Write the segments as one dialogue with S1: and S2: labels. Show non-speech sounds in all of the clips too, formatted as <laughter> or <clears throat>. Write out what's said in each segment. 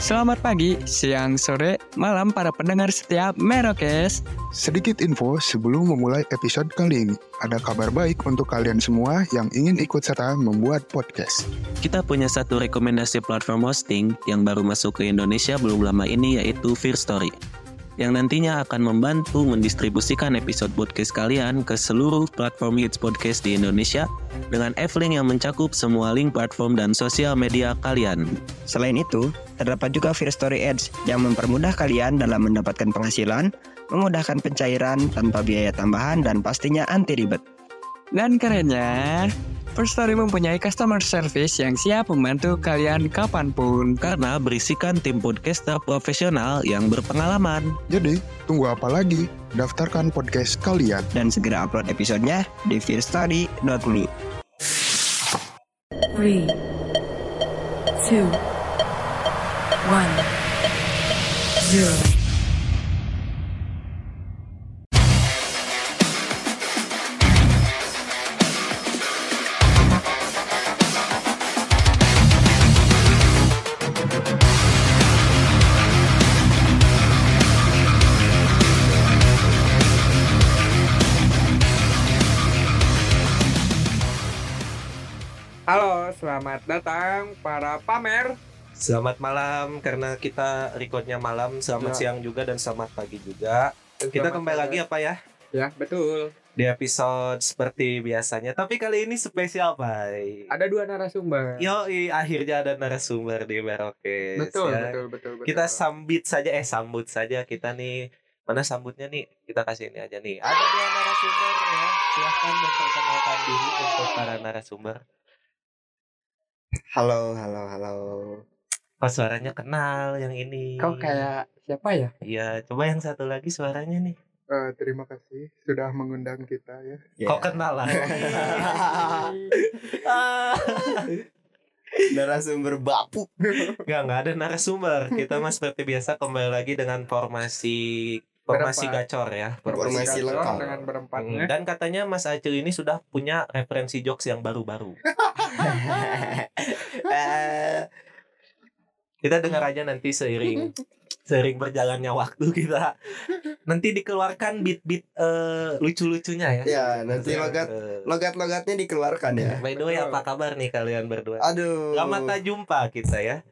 S1: Selamat pagi, siang, sore, malam para pendengar setiap Merokes.
S2: Sedikit info sebelum memulai episode kali ini. Ada kabar baik untuk kalian semua yang ingin ikut serta membuat podcast.
S3: Kita punya satu rekomendasi platform hosting yang baru masuk ke Indonesia belum lama ini yaitu Fear Story yang nantinya akan membantu mendistribusikan episode podcast kalian ke seluruh platform hits podcast di Indonesia dengan F-Link yang mencakup semua link platform dan sosial media kalian.
S4: Selain itu, terdapat juga Fear Story Ads yang mempermudah kalian dalam mendapatkan penghasilan, memudahkan pencairan tanpa biaya tambahan dan pastinya anti ribet.
S1: Dan kerennya, First Story mempunyai customer service yang siap membantu kalian kapanpun.
S3: Karena berisikan tim podcaster profesional yang berpengalaman.
S2: Jadi, tunggu apa lagi? Daftarkan podcast kalian.
S4: Dan segera upload episodenya di fearstory.me.
S5: 3, 2, 1, 0.
S6: Halo, selamat datang para pamer.
S7: Selamat malam karena kita recordnya malam.
S6: Ya.
S7: Selamat siang juga dan selamat pagi juga. Kita
S6: Selamat
S7: kembali
S6: sore.
S7: lagi apa ya
S6: Ya, betul.
S7: di episode seperti biasanya. Tapi kali ini spesial Pai.
S6: Ada dua narasumber.
S7: Yo, akhirnya ada narasumber di Merokes.
S6: betul,
S7: ya.
S6: betul, betul, betul.
S7: Kita sambit saja eh sambut saja kita nih. Mana sambutnya nih? Kita kasih ini aja nih. Ada dua narasumber ya. Silahkan memperkenalkan diri untuk para narasumber.
S8: Halo, halo, halo.
S7: Kok suaranya kenal yang ini?
S6: Kau kayak siapa ya?
S7: Iya, coba yang satu lagi suaranya nih.
S2: Eh, terima kasih sudah mengundang kita ya.
S6: Iya.
S8: Ya,
S7: Kok kenal
S6: <laughs>
S7: lagi?
S8: <laughs> narasumber bapu.
S7: Enggak, enggak ada narasumber. Kita mas seperti biasa kembali lagi dengan formasi formasi
S6: Berempat.
S7: gacor ya.
S8: Formasi
S6: Bertiga
S8: lengkap.
S6: dengan berempatnya.
S7: Hmm, Dan katanya Mas Acil ini sudah punya referensi jokes yang
S6: <laughs>
S7: baru-baru.
S8: Eh,
S7: Kita dengar aja nanti
S6: <laughs>
S7: seiring seiring berjalannya waktu kita nanti dikeluarkan bit-bit eh, lucu-lucunya ya.
S8: ya, nanti logat
S7: Eh,
S8: logat-logatnya dikeluarkan ya.
S7: By the way,
S6: Betul.
S7: apa kabar nih kalian berdua?
S8: Aduh.
S7: Lama tak jumpa kita ya.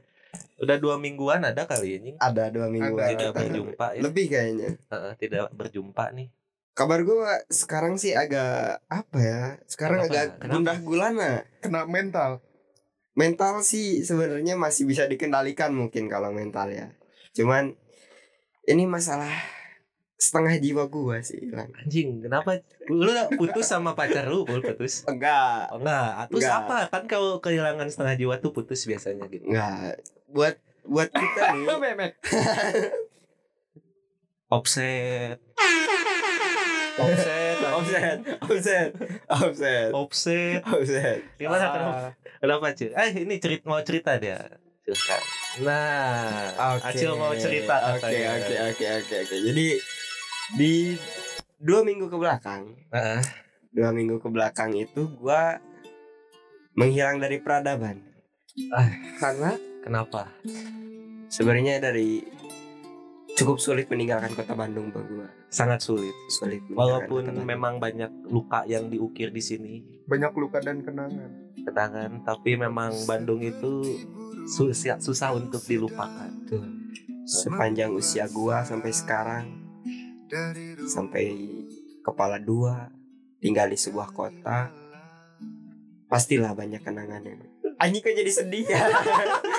S7: Udah dua mingguan ada kali ini.
S8: Ada dua minggu
S2: Ada,
S8: lagi.
S7: Tidak berjumpa ya.
S8: Lebih kayaknya.
S7: Heeh, tidak berjumpa nih.
S8: Kabar gua sekarang sih agak apa ya? Sekarang
S7: Kenapa?
S8: agak
S7: Kenapa?
S8: gundah gulana.
S2: Kena mental.
S8: Mental sih sebenarnya masih bisa dikendalikan mungkin kalau mental ya. Cuman ini masalah setengah jiwa gua sih hilang.
S7: Anjing, kenapa lu udah putus sama pacar lu? Lu putus?
S8: Enggak.
S7: Oh, enggak. Terus
S8: Enggak.
S7: apa? Kan kalau kehilangan setengah jiwa tuh putus biasanya gitu.
S8: Enggak. Buat buat kita nih. <laughs>
S6: Oh, memek.
S7: Offset. <laughs> Offset.
S8: offset, offset, offset,
S7: Offset.
S8: offset.
S7: Gimana
S6: Ah,
S7: kenapa? Kenapa, Cil? Eh, ini cerit mau cerita dia. Silakan. Nah, Acil mau cerita
S8: Oke,
S7: katanya.
S8: oke, oke, oke, oke. Jadi di dua minggu ke belakang,
S7: Heeh.
S8: dua minggu ke belakang itu gua menghilang dari peradaban.
S6: Karena
S7: Kenapa?
S8: Sebenarnya dari cukup sulit meninggalkan kota Bandung buat gua.
S7: Sangat sulit.
S8: Sulit. meninggalkan
S7: Walaupun
S8: kota Bandung.
S7: memang banyak luka yang diukir di sini,
S2: Banyak luka dan kenangan.
S7: kenangan, tapi memang Bandung itu susah, susah untuk dilupakan.
S8: sepanjang usia gua sampai sekarang sampai kepala dua tinggal di sebuah kota pastilah banyak kenangannya anjing kok jadi sedih ya <laughs>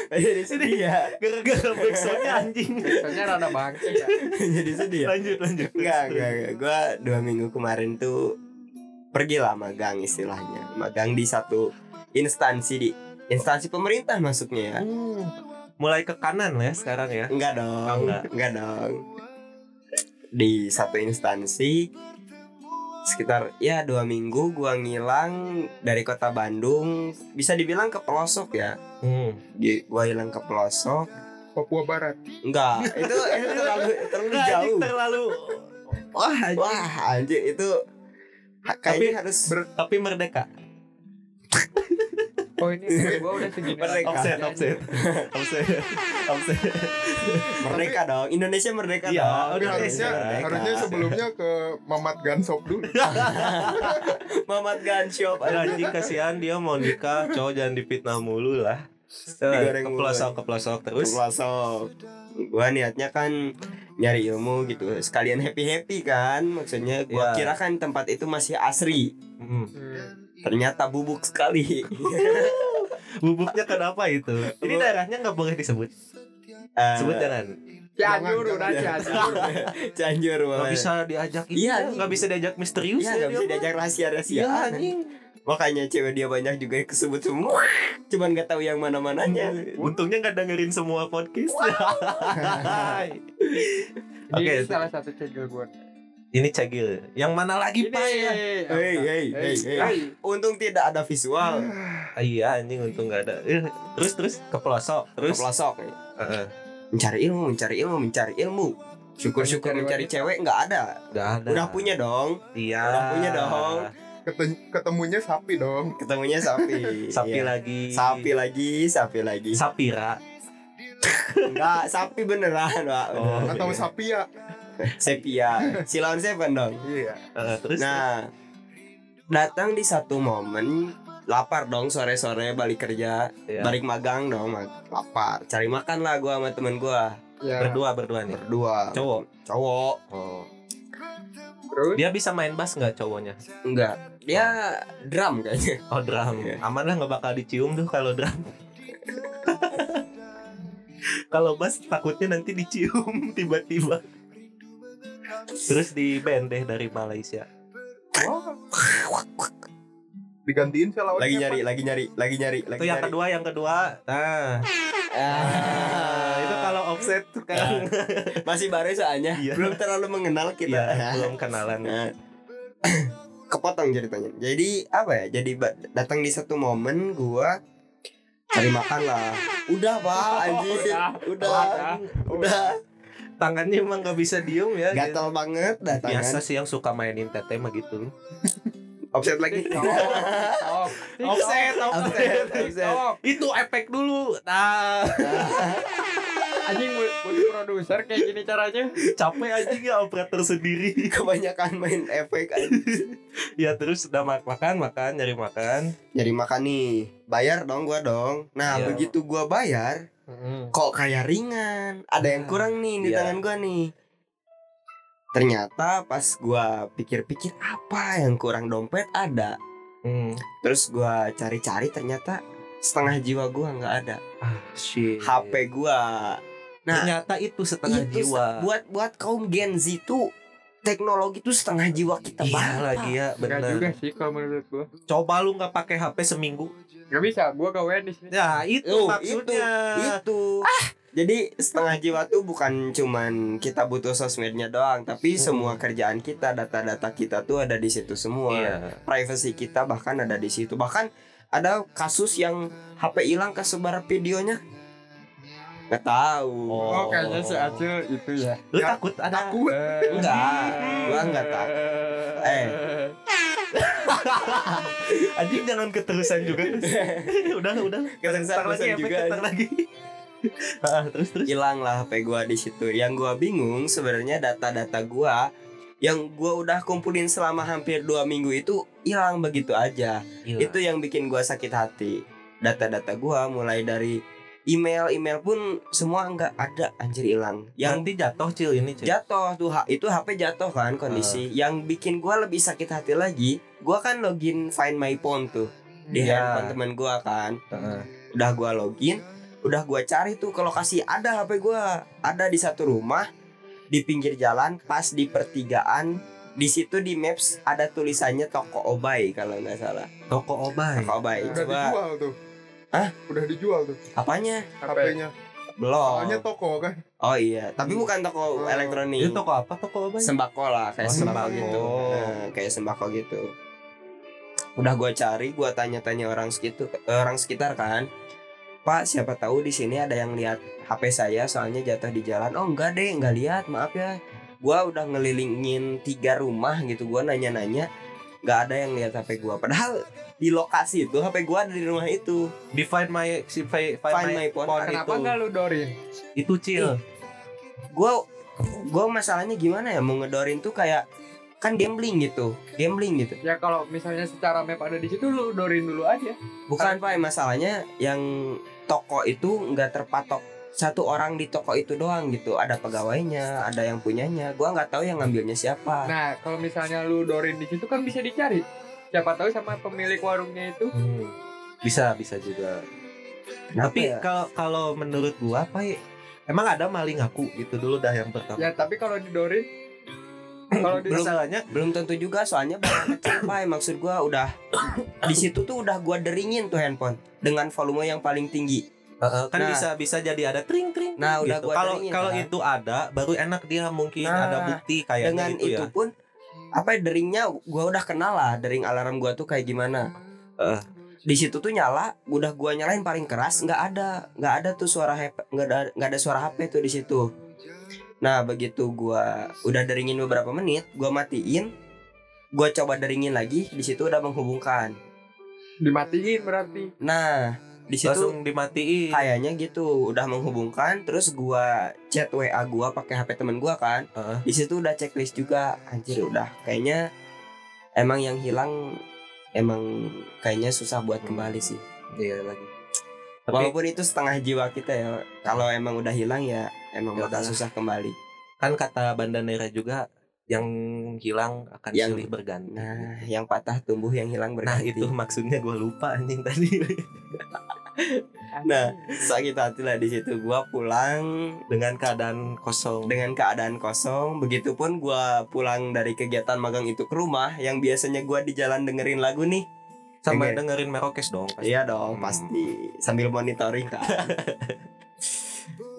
S8: Kok jadi sedih <laughs> ya
S7: Gara-gara backsoundnya anjing.
S6: biasanya rada bangkit ya.
S8: jadi sedih ya
S7: Lanjut lanjut.
S8: enggak enggak enggak gua dua minggu kemarin tuh pergi lah magang istilahnya magang di satu instansi di instansi pemerintah masuknya ya
S7: Hmm. Mulai ke kanan lah ya sekarang ya.
S8: Enggak dong,
S7: Oh, enggak.
S8: enggak. dong. Di satu instansi sekitar ya dua minggu gua ngilang dari kota Bandung bisa dibilang ke pelosok ya
S7: Hmm.
S8: Di- gua hilang ke pelosok
S2: Papua Barat.
S8: enggak itu, itu terlalu terlalu
S7: Anjing
S8: jauh
S7: terlalu.
S8: wah anjing. wah anjing itu ha- kayaknya harus
S7: Tapi merdeka.
S6: Oh ini gue udah segini.
S8: Merdeka.
S7: Offset, offset, offset, offset.
S8: Merdeka dong. Indonesia merdeka
S7: Iya,
S8: dong.
S7: Tapi
S8: Indonesia
S2: harusnya
S8: merdeka. <laughs>
S2: harusnya sebelumnya ke Mamat Gun Shop dulu.
S8: Mamat Ganshop
S7: Anjing kasihan dia mau nikah, cowok jangan dipitnah mulu lah.
S8: Digoreng mulu.
S7: Keplosok, keplosok terus.
S8: masuk gua niatnya kan nyari ilmu gitu sekalian happy happy kan maksudnya
S7: Iya.
S8: gua kira kan tempat itu masih asri
S7: Mm.
S6: Hmm.
S8: ternyata bubuk sekali
S7: Bubuknya kenapa itu? Ini daerahnya nggak boleh disebut.
S8: Eh,
S7: Sebut
S8: <laughs>
S7: jangan.
S6: Cianjur
S2: Jangan,
S6: udah
S7: Iya.
S2: jangan.
S6: Cianjur.
S7: <laughs>
S8: Cianjur
S7: Nggak
S8: boleh.
S7: bisa diajak.
S8: Iya,
S7: ini, nggak bisa diajak misterius ya
S8: Iya nggak bisa
S7: dia,
S8: diajak rahasia
S7: Bang. Iya
S8: rahasiaan
S7: anjing.
S8: Makanya cewek dia banyak juga yang kesebut semua Cuman gak tahu yang mana-mananya
S7: Untungnya nggak dengerin semua podcast.
S6: Ini
S7: Oke.
S6: salah satu cegel gue.
S7: Ini cagil. Yang mana lagi pak ya?
S8: Hei hei hei hei Untung tidak ada visual
S7: Ah, Iya anjing untung nggak ada. Eh, Terus terus keplosok terus.
S8: Terus pelosok
S7: Heeh.
S8: Mencari ilmu, mencari ilmu, mencari ilmu Syukur-syukur mencari cewek nggak ada
S7: Nggak ada.
S8: Udah punya dong
S7: Iya.
S8: Udah punya dong.
S2: Keten- ketemunya sapi dong.
S8: ketemunya sapi
S7: Sapi
S8: Iya.
S7: lagi.
S8: sapi lagi sapi lagi
S7: Sapira.
S8: enggak sapi beneran pak
S7: Oh.
S8: Beneran.
S2: Atau
S7: iya.
S2: sapi ya?
S8: <laughs> sepia silon seven dong
S2: Iya.
S7: Heeh, terus.
S8: nah datang di satu momen lapar dong sore-sore balik kerja
S7: Iya.
S8: balik magang dong ma- lapar cari makan lah gua sama temen gua
S6: Ya.
S7: Berdua berdua nih.
S8: berdua
S7: Cowok.
S8: cowok
S7: Oh.
S6: Terus
S7: Dia bisa main bass nggak cowoknya?
S8: enggak dia drum kayaknya
S7: Oh drum.
S8: Iya.
S7: Aman lah nggak bakal dicium tuh kalau drum. kalau bass takutnya nanti dicium <laughs> tiba-tiba. Terus di band deh dari Malaysia.
S2: Digantiin sih lawannya.
S8: lagi nyari lagi nyari lagi nyari lagi
S7: Itu yang
S8: nyari.
S7: kedua, yang kedua. Nah,
S8: Ah,
S7: itu kalau offset kan sekarang.
S8: Kan? <laughs> masih baru soalnya
S7: Iya.
S8: belum terlalu mengenal kita
S7: Iya, belum kenalan.
S8: Nah, <clears throat> kepotong ceritanya jadi apa ya jadi ba- datang di satu momen gua cari makan lah udah pak
S7: Oh,
S8: anjir
S6: Udah.
S8: udah
S7: ya.
S8: udah
S7: Tangannya emang nggak bisa diem ya.
S8: gatal banget
S7: Biasa
S8: datangan
S7: sih yang suka mainin tete mah gitu. <laughs>
S8: offset lagi <laughs>
S6: TikTok.
S7: Offset,
S8: offset offset
S6: TikTok.
S7: Itu efek dulu. Nah, <laughs>
S6: Anjing bu- butuh produser kayak gini caranya.
S7: capek anjing ya operator sendiri.
S8: kebanyakan main efek anjir.
S7: Ya terus udah mak- makan makan nyari makan.
S8: jadi makan nih bayar dong gua dong nah
S7: Iya.
S8: begitu gua bayar kok kayak ringan ada yang
S7: Ah,
S8: kurang nih di
S7: iya.
S8: tangan gua nih ternyata pas gua pikir-pikir apa yang kurang dompet ada
S7: Hmm.
S8: terus gua cari-cari ternyata setengah jiwa gua nggak ada
S7: Ah, shit.
S8: HP gua nah
S7: Ternyata itu setengah jiwa.
S8: itu se- Iya, buat buat kaum Gen Z tuh teknologi tuh setengah jiwa kita
S7: Iya
S8: banget
S7: lagi ya
S6: Enggak juga
S7: bener.
S6: sih kalau menurut gua.
S8: Iya.
S7: Coba lu nggak pakai HP seminggu.
S6: Gak bisa, gua gawean di sini.
S7: Ya itu
S8: Oh,
S7: maksudnya.
S8: itu jadi setengah jiwa tuh bukan cuman kita butuh sosmednya doang tapi
S7: Hmm.
S8: semua kerjaan kita data-data kita tuh ada di situ semua
S7: Iya.
S8: privacy kita
S7: Hmm.
S8: bahkan ada di situ bahkan ada kasus yang HP hilang kesebar videonya nggak tahu
S6: Oh, kayaknya si Acil itu ya.
S7: Lu takut ada
S2: Aku
S8: enggak gua nggak tahu
S7: Hmm.
S8: eh
S6: ya?
S7: Anjing jangan keterusan <laughs> juga. udah udah. Keterusan lagi
S8: kesan-kesan
S7: efek
S8: juga
S7: ketar lagi. Ah, terus terus.
S8: hilang lah HP gua di situ yang gua bingung sebenarnya data-data gua yang gua udah kumpulin selama hampir dua minggu itu hilang begitu aja
S7: Gila.
S6: Iya.
S8: itu yang bikin gua sakit hati data-data gua mulai dari email email pun semua nggak ada anjir hilang
S7: Iya.
S8: yang
S7: nanti jatuh cil ini cil.
S8: jatuh tuh ha- itu HP jatuh kan kondisi
S7: Ah.
S8: yang bikin gua lebih sakit hati lagi gua kan login find my phone tuh di
S7: Iya.
S8: handphone teman gua kan
S7: Heeh.
S8: udah gua login udah gua cari tuh ke lokasi ada HP gua ada di satu rumah di pinggir jalan pas di pertigaan di situ di maps ada tulisannya toko obai kalau nggak salah
S7: Toko obat.
S8: toko obai
S2: udah
S8: coba
S2: dijual tuh.
S8: Hah?
S2: Udah dijual tuh
S8: Apanya?
S2: HP-nya.
S8: Belum.
S2: Soalnya toko kan.
S8: Oh iya, tapi bukan
S2: Oh.
S8: toko elektronik.
S7: Itu toko apa toko obat?
S8: sembako lah, kayak
S7: Oh,
S8: sembako,
S7: sembako.
S8: gitu. Nah, kayak sembako gitu. Udah gua cari, gua tanya-tanya orang sekitar orang sekitar kan. Pak, siapa tahu di sini ada yang lihat HP saya soalnya jatuh di jalan. Oh, enggak deh, enggak lihat. Maaf ya. Gua udah ngelilingin tiga rumah gitu. Gua nanya-nanya, enggak ada yang lihat HP gua. Padahal di lokasi itu HP gua ada di rumah itu
S7: Di Find My si Find, find My,
S8: Find
S7: Iya.
S8: My Phone.
S7: Phone
S6: Kenapa
S7: itu.
S6: nggak lu dorin?
S7: Itu chill.
S8: gua gua masalahnya gimana ya mau ngedorin tuh kayak kan gambling gitu gambling gitu
S6: Ya kalau misalnya secara map ada di situ lu dorin dulu aja.
S8: bukan pak masalahnya yang toko itu nggak terpatok satu orang di toko itu doang gitu ada pegawainya ada yang punyanya gua nggak tahu yang ngambilnya siapa
S6: Nah, kalau misalnya lu dorin di situ kan bisa dicari. Siapa tahu sama pemilik warungnya itu.
S7: Hmm. Bisa bisa juga.
S8: Kenapa
S7: Tapi
S8: ya?
S7: kalau kalau menurut gua Pak emang ada maling aku gitu dulu dah yang pertama.
S6: Ya, tapi kalau didorin kalau di
S7: Masalahnya
S8: belum tentu juga soalnya barang kecil pak maksud gua udah <coughs> di situ tuh udah gua deringin tuh handphone dengan volume yang paling tinggi
S7: Heeh, kan
S8: Nah.
S7: bisa bisa jadi ada tring tring. Gitu.
S8: Nah, udah gua
S7: Kalau
S8: deringin,
S7: kalau
S8: kan.
S7: itu ada baru enak dia mungkin
S8: Nah,
S7: ada bukti kayaknya
S8: dengan
S7: itu,
S8: itu,
S7: ya.
S8: pun apa ya, deringnya gua udah kenal lah dering alarm gua tuh kayak gimana
S7: Eh.
S8: di situ tuh nyala udah gua nyalain paling keras nggak ada nggak ada tuh suara HP nggak ada nggak ada suara HP tuh di situ nah begitu gua udah deringin beberapa menit gua matiin gua coba deringin lagi di situ udah menghubungkan
S6: dimatiin berarti.
S8: nah di situ
S7: Langsung dimatiin.
S8: kayaknya gitu udah menghubungkan terus gua chat WA gua pakai HP temen gua kan
S7: Heeh.
S8: di situ udah checklist juga anjir udah kayaknya emang yang hilang emang kayaknya susah buat kembali sih
S7: Iya lagi. Tapi
S8: walaupun itu setengah jiwa kita ya kalau emang udah hilang ya emang
S7: Ya
S8: bakal
S7: udah.
S8: susah kembali
S7: kan kata Bandanera juga yang hilang akan
S8: Yang-
S7: silih berganti. Nah,
S8: nah yang patah tumbuh yang hilang berganti
S7: itu maksudnya gua lupa anjing tadi
S8: nah sakit hati lah di situ gua pulang
S7: dengan keadaan kosong.
S8: dengan keadaan kosong begitupun gua pulang dari kegiatan magang itu ke rumah yang biasanya gua di jalan dengerin lagu nih
S7: Sama
S8: Oke.
S7: dengerin Merokes dong. pasti.
S8: Iya
S7: Hmm.
S8: dong, pasti sambil monitoring
S7: <laughs>
S8: kan.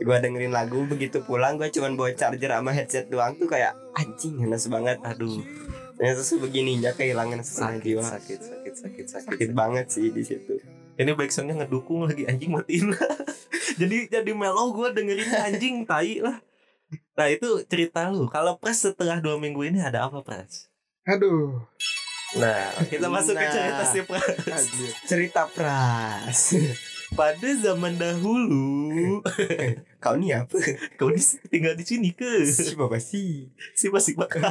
S8: gua dengerin lagu begitu pulang gua cuman bawa charger sama headset doang tuh kayak anjing ngenes banget
S7: Aduh,
S8: ternyata sebegininya kehilangan sesak
S7: sakit,
S8: jiwa
S7: sakit, sakit, sakit, sakit.
S8: sakit banget sih di situ
S7: Ini backsoundnya ngedukung lagi anjing matiin <laughs> lah. jadi jadi melo gua dengerin anjing tai lah. Nah itu cerita lu. Kalau Pres setelah dua minggu ini ada apa Pres?
S6: Aduh.
S7: Nah kita masuk ke
S8: Nah.
S7: cerita si
S2: <laughs>
S7: Pres.
S6: Anjir.
S8: cerita pras
S7: Pada zaman dahulu,
S8: kau nih apa
S7: <laughs> kau di, tinggal di sini
S2: <laughs>
S7: ke
S8: si bapak sih
S7: si masih bakal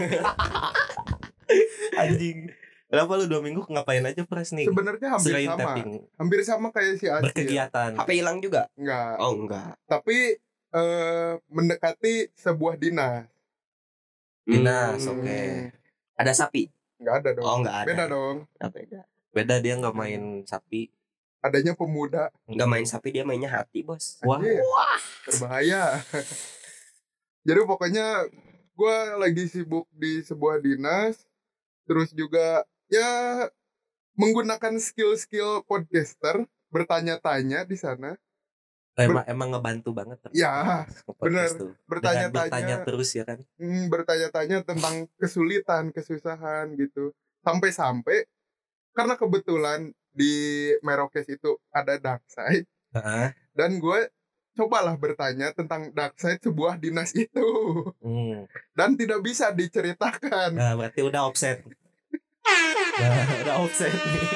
S7: <laughs> anjing. Kenapa lu dua minggu ngapain aja Pres nih?
S2: Sebenarnya hampir
S7: Selain
S2: sama,
S7: tapping,
S2: hampir sama kayak si Acil.
S7: berkegiatan.
S8: HP hilang juga
S2: Enggak,
S8: oh enggak
S2: tapi eh, mendekati sebuah dinas.
S7: Dinas,
S2: Hmm,
S7: oke.
S8: ada sapi
S2: Enggak ada dong.
S8: oh enggak ada
S2: Beda dong.
S8: Nggak beda
S7: Beda dia nggak main sapi.
S2: Adanya pemuda.
S8: enggak main sapi dia mainnya hati bos
S7: Wah,
S2: Anjir, Berbahaya. <laughs> Jadi pokoknya gua lagi sibuk di sebuah dinas. Terus juga ya menggunakan skill-skill podcaster bertanya-tanya di sana
S7: emang emang ngebantu banget.
S2: Ya,
S7: Podcast tuh. Dengan bertanya
S2: bertanya-tanya
S7: terus ya kan.
S2: hmm, bertanya-tanya tentang kesulitan, kesusahan gitu. Sampai-sampai karena kebetulan di Merokes itu ada Darkside
S7: Heeh.
S2: dan gue cobalah bertanya tentang Darkside sebuah dinas
S7: <laughs>
S2: itu
S7: Hmm.
S2: dan tidak bisa diceritakan. <laughs>
S7: Nah, berarti udah offset. Nah, udah offset nih.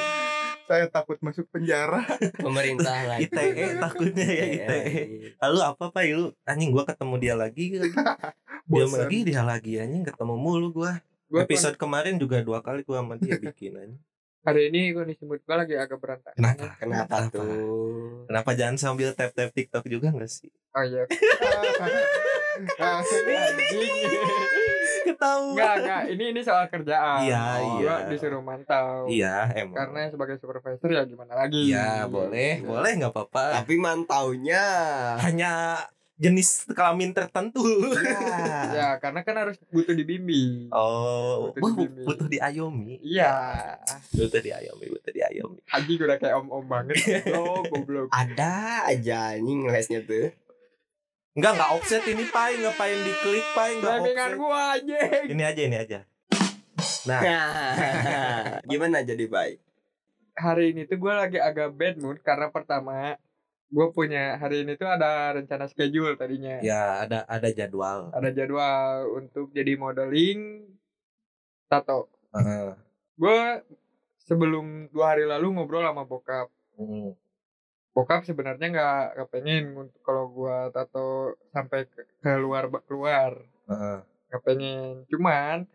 S2: Saya takut masuk penjara.
S7: <laughs>
S8: pemerintah lagi <laughs> E.
S7: ITE takutnya
S8: Iya,
S7: ya ITE. Lalu apa Pak lu? Anjing gua ketemu dia lagi. dia
S2: Bosan.
S7: lagi, dia lagi anjing ketemu mulu gua.
S6: Gua
S7: Episode kemarin juga dua kali gua sama dia bikin anjing.
S6: hari ini kondisi mood gua lagi agak berantakan.
S7: Kenapa?
S8: kenapa
S7: Kenapa?
S8: tuh
S7: Kenapa jangan sambil tap-tap TikTok juga gak sih? <laughs>
S6: Oh iya.
S2: <laughs>
S6: <laughs>
S2: Ah,
S7: Ketawa.
S6: Enggak, enggak. Ini ini soal kerjaan.
S7: Iya,
S6: Gua
S7: iya.
S6: disuruh mantau.
S7: Iya, emang.
S6: Karena sebagai supervisor ya gimana lagi?
S7: Iya, boleh, boleh nggak apa-apa.
S8: Tapi mantaunya
S7: Hanya jenis kelamin tertentu. <laughs>
S8: ya.
S6: Ya, karena kan harus butuh dibimbing.
S7: Oh,
S6: Butuh
S7: butuh,
S6: dibimbing.
S7: butuh diayomi.
S6: Iya,
S7: Butuh diayomi, butuh diayomi.
S6: Haji udah kayak om-om
S7: <laughs>
S6: banget. Lo goblok.
S8: Ada aja anjing lesnya tuh
S7: Enggak, enggak offset ini, Pai. Ngapain diklik, Pai? Enggak
S6: Bambingan
S7: offset.
S6: gua anjing.
S7: Ini aja, ini aja. Nah,
S8: <laughs> Gimana jadi baik?
S6: hari ini tuh gue lagi agak bad mood karena pertama gue punya hari ini tuh ada rencana schedule tadinya
S7: ya ada ada jadwal.
S6: ada jadwal untuk jadi modeling tato
S7: Heeh.
S6: gue sebelum dua hari lalu ngobrol sama bokap bokap sebenarnya nggak nggak pengen untuk- kalau gua tato sampai ke- keluar keluar
S7: Heeh.
S6: nggak pengen cuman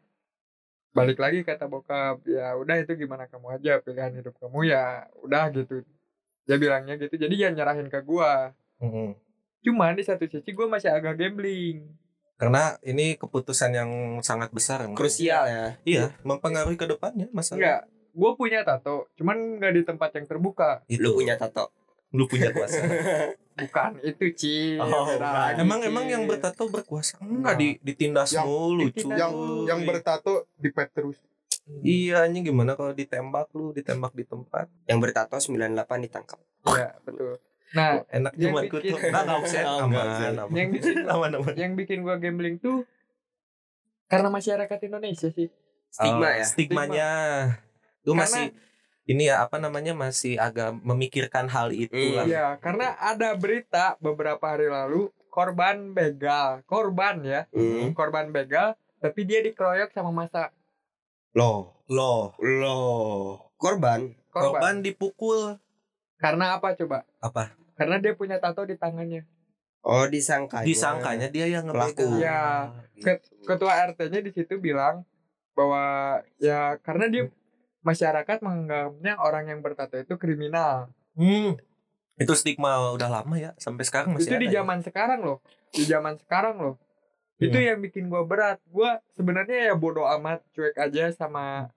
S6: balik lagi kata bokap ya udah itu gimana kamu aja pilihan hidup kamu ya udah gitu dia bilangnya gitu jadi jangan nyerahin ke gua
S7: Mm-mm.
S6: cuman di satu sisi gua masih agak gambling
S7: Karena ini keputusan yang sangat besar. emang.
S8: Krusial ya.
S7: Iya, mempengaruhi ke depannya masalah.
S6: enggak gua punya tato cuman nggak di tempat yang terbuka
S7: Itu.
S8: Lu punya tato.
S7: lu punya kuasa.
S6: bukan <laughs> itu Nah, gitu. Ci
S9: Oh,
S6: Beda
S9: bukan.
S6: lagi,
S7: emang
S6: Ci.
S7: emang yang bertato berkuasa. Enggak di ditindas
S2: Yang-
S7: mulu, cu.
S6: ditindas
S2: yang
S6: Aduh.
S2: yang bertato dipet terus
S7: Iya, anjing gimana kalau ditembak lu, ditembak di tempat.
S8: Yang bertato 98 ditangkap.
S6: ya betul nah
S7: Enak
S6: Yang
S7: cuma
S6: bikin-
S7: kutu. Enggak, enggak offset.
S9: Oh,
S7: Aman,
S9: enggak offset.
S7: aman.
S6: Yang bikin-
S7: <laughs> aman, aman.
S6: yang bikin gua gambling tuh karena masyarakat Indonesia sih
S7: Oh,
S8: Stigma ya.
S7: Stigmanya. Lu
S6: Karena-
S7: masih ini ya apa namanya masih agak memikirkan hal itu lah.
S6: Iya, karena ada berita beberapa hari lalu korban begal, korban ya,
S8: Hmm.
S6: korban begal, tapi dia dikeroyok sama masa
S8: Loh,
S7: Loh,
S8: loh. Korban.
S6: korban.
S7: korban dipukul.
S6: Karena apa coba?
S7: Apa?
S6: Karena dia punya tato di tangannya.
S8: Oh, disangkanya. Gitu.
S7: Disangkanya dia yang
S8: Pelaku.
S7: ngebegal.
S6: Iya. Ket- Ketua RT-nya di situ bilang bahwa ya karena dia masyarakat menganggapnya orang yang bertato itu kriminal.
S7: Hmm. Itu stigma udah lama ya, sampai sekarang
S6: itu
S7: masih ada.
S6: di
S7: ya? Iya.
S6: zaman sekarang loh, di zaman sekarang loh. Itu yang bikin gua berat. Gua sebenarnya ya bodoh amat, cuek aja sama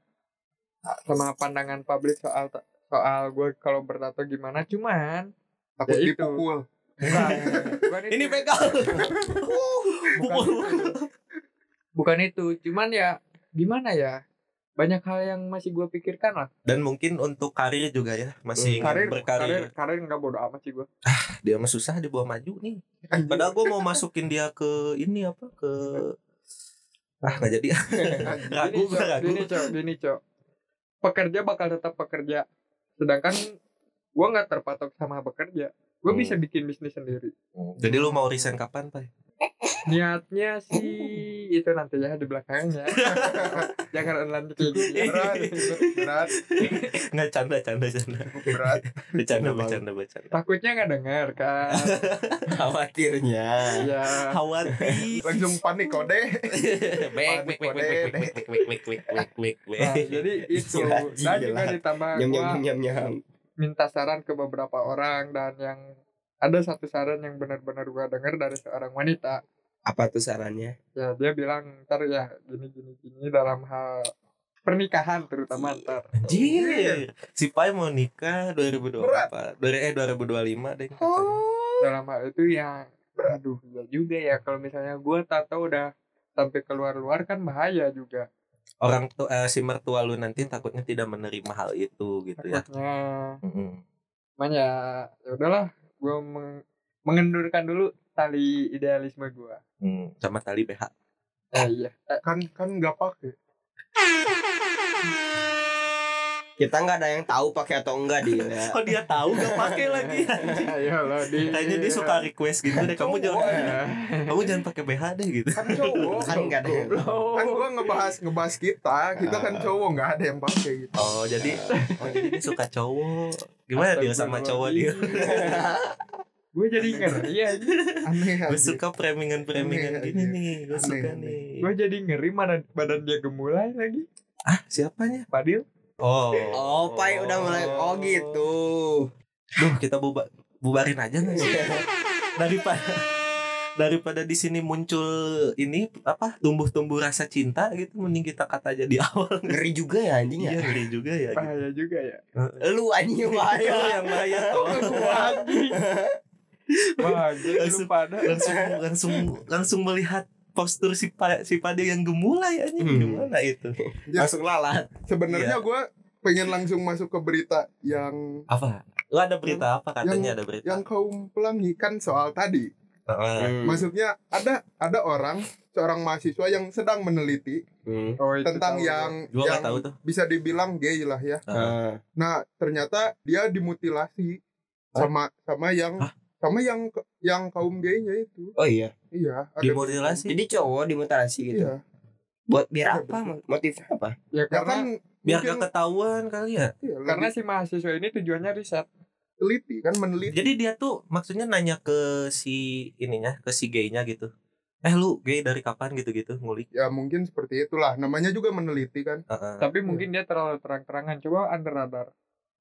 S6: sama pandangan publik soal soal gue kalau bertato gimana. Cuman
S2: takut
S6: Ya itu.
S2: dipukul
S6: bukan, bukan itu.
S7: Ini begal.
S6: bukan, itu. bukan itu. Cuman ya gimana ya? Banyak hal yang masih gua pikirkan lah.
S7: Dan mungkin untuk karir juga ya, masih ingin
S6: Hmm. Karir, karir,
S7: berkarir.
S6: karir nggak bodoh amat sih gua
S7: Dia mah susah dibawa maju nih. Padahal gue mau masukin dia ke ini apa ke ah nggak jadi <laughs> ragu
S6: <laughs> Gini,
S7: gue
S6: Cok,
S7: ragu.
S6: gini, Cok, gini, Cok. Pekerja bakal tetap pekerja. Sedangkan gua nggak terpatok sama bekerja. Gue
S7: Hmm.
S6: bisa bikin bisnis sendiri.
S7: Jadi lu mau resign kapan pak?
S6: Niatnya sih itu nanti ya di
S7: <laughs>
S6: belakangnya. Jangan lanjut kayak gini.
S7: Iya.
S2: berat berat
S7: <laughs> Nggak canda canda canda.
S2: berat
S7: Bercanda bercanda bercanda.
S6: Takutnya nggak dengar
S7: <laughs>
S6: kan?
S8: Khawatirnya.
S6: ya. <laughs>
S9: Khawatir.
S2: langsung panik kode
S8: <laughs>
S9: Back, back, back, back, back, back, back, back, back, back, back,
S6: Nah,
S7: Iya.
S9: back.
S7: <laughs>
S6: jadi itu
S8: Gila,
S6: dan juga
S8: gila.
S6: ditambah
S8: Nyam
S6: gua
S8: nyam nyam nyam.
S6: minta saran ke beberapa orang dan yang ada satu saran yang benar-benar gua dengar dari seorang wanita.
S8: Apa tuh sarannya?
S6: ya dia bilang ntar ya gini gini gini dalam hal pernikahan terutama ntar
S7: Anjir, Iya. si Pai mau nikah 2024, dari eh 2025 deh
S6: Oh.
S7: katanya.
S6: gitu. dalam hal itu ya aduh ya juga ya kalau misalnya gua tato udah sampai keluar luar kan bahaya juga
S7: Orang tuh eh, si mertua lu nanti takutnya tidak menerima hal itu gitu ya.
S6: takutnya
S7: Mm-mm.
S6: cuman ya ya udahlah gua meng- mengendurkan dulu tali idealisme gua
S7: Mm, Sama tali BH.
S6: ya iya Eh, <laughs>
S2: kan kan nggak pakai
S8: Kita nggak ada yang tahu pakai atau ya. enggak Oh, dia.
S7: <laughs>
S9: Kok dia tahu gak pakai lagi?
S6: ayo lo Ya di
S7: Kayaknya dia suka request gitu deh. Kamu jangan, kamu jangan pakai BH deh gitu.
S2: kan cowok
S8: Kan nggak ada yang
S2: kan gua ngebahas ngebahas kita kita kan
S6: Ah.
S2: cowok nggak ada yang pakai gitu
S7: Oh jadi, oh jadi dia suka cowok. Gimana dia sama cowok dia?
S6: gue jadi ngeri ya
S2: aneh aja
S7: Gue suka premingan-premingan gini nih. Gue suka nih.
S6: gue jadi ngeri mana badan dia gemulai lagi
S7: Ah siapanya?
S6: Padil
S7: Oh.
S8: Oh, Pai udah mulai oh gitu.
S7: Duh kita buba- bubarin aja nggak sih? daripada daripada di sini muncul ini apa tumbuh-tumbuh rasa cinta gitu mending kita kata aja di awal
S8: Ngeri juga ya anjing ya.
S7: iya ngeri juga ya
S6: <laughs>
S7: gitu.
S6: bahaya juga
S2: <laughs>
S6: ya
S8: Lu anjing
S7: Lu
S8: bahaya.
S7: Iya. yang bahaya
S2: Oh,
S7: tolong.
S6: Bagus lu
S7: Langsung-
S6: pada
S7: langsung langsung langsung melihat postur si pa, si pade yang gemulai anjing
S8: Hmm.
S7: gimana itu
S8: Langsung lalat.
S2: sebenarnya
S8: Iya.
S2: gua pengen langsung masuk ke berita yang
S7: apa lu ada berita apa katanya ada berita
S2: yang kaum pelangi kan soal tadi
S6: Hmm.
S7: Heeh.
S2: Maksudnya ada ada orang seorang mahasiswa yang sedang meneliti
S8: Hmm.
S6: oh, itu
S2: tentang
S6: tahu
S2: yang
S7: gua
S2: yang
S7: nggak tahu tuh
S2: bisa dibilang gay lah ya.
S8: Ah.
S2: Nah, ternyata dia dimutilasi
S7: Hah?
S2: sama sama yang
S7: Hah?
S2: sama yang yang kaum gaynya itu.
S8: Oh iya.
S2: Iya, ada
S7: dimutilasi
S8: Jadi cowok dimutilasi gitu.
S2: Iya.
S8: Buat biar apa? Motifnya apa?
S6: ya
S2: Ya
S6: karena
S2: kan
S7: biar
S2: Mungkin-
S7: gak ketahuan kali ya
S2: Iya,
S6: Karena
S2: lebih
S6: si mahasiswa ini tujuannya riset.
S2: teliti kan meneliti.
S7: jadi dia tuh maksudnya nanya ke si ininya ke si gaynya gitu eh lu gay dari kapan gitu gitu ngulik
S2: Ya mungkin seperti itulah. Namanya juga meneliti kan.
S7: Heeh.
S6: Tapi mungkin dia terlalu terang-terangan. Coba under radar.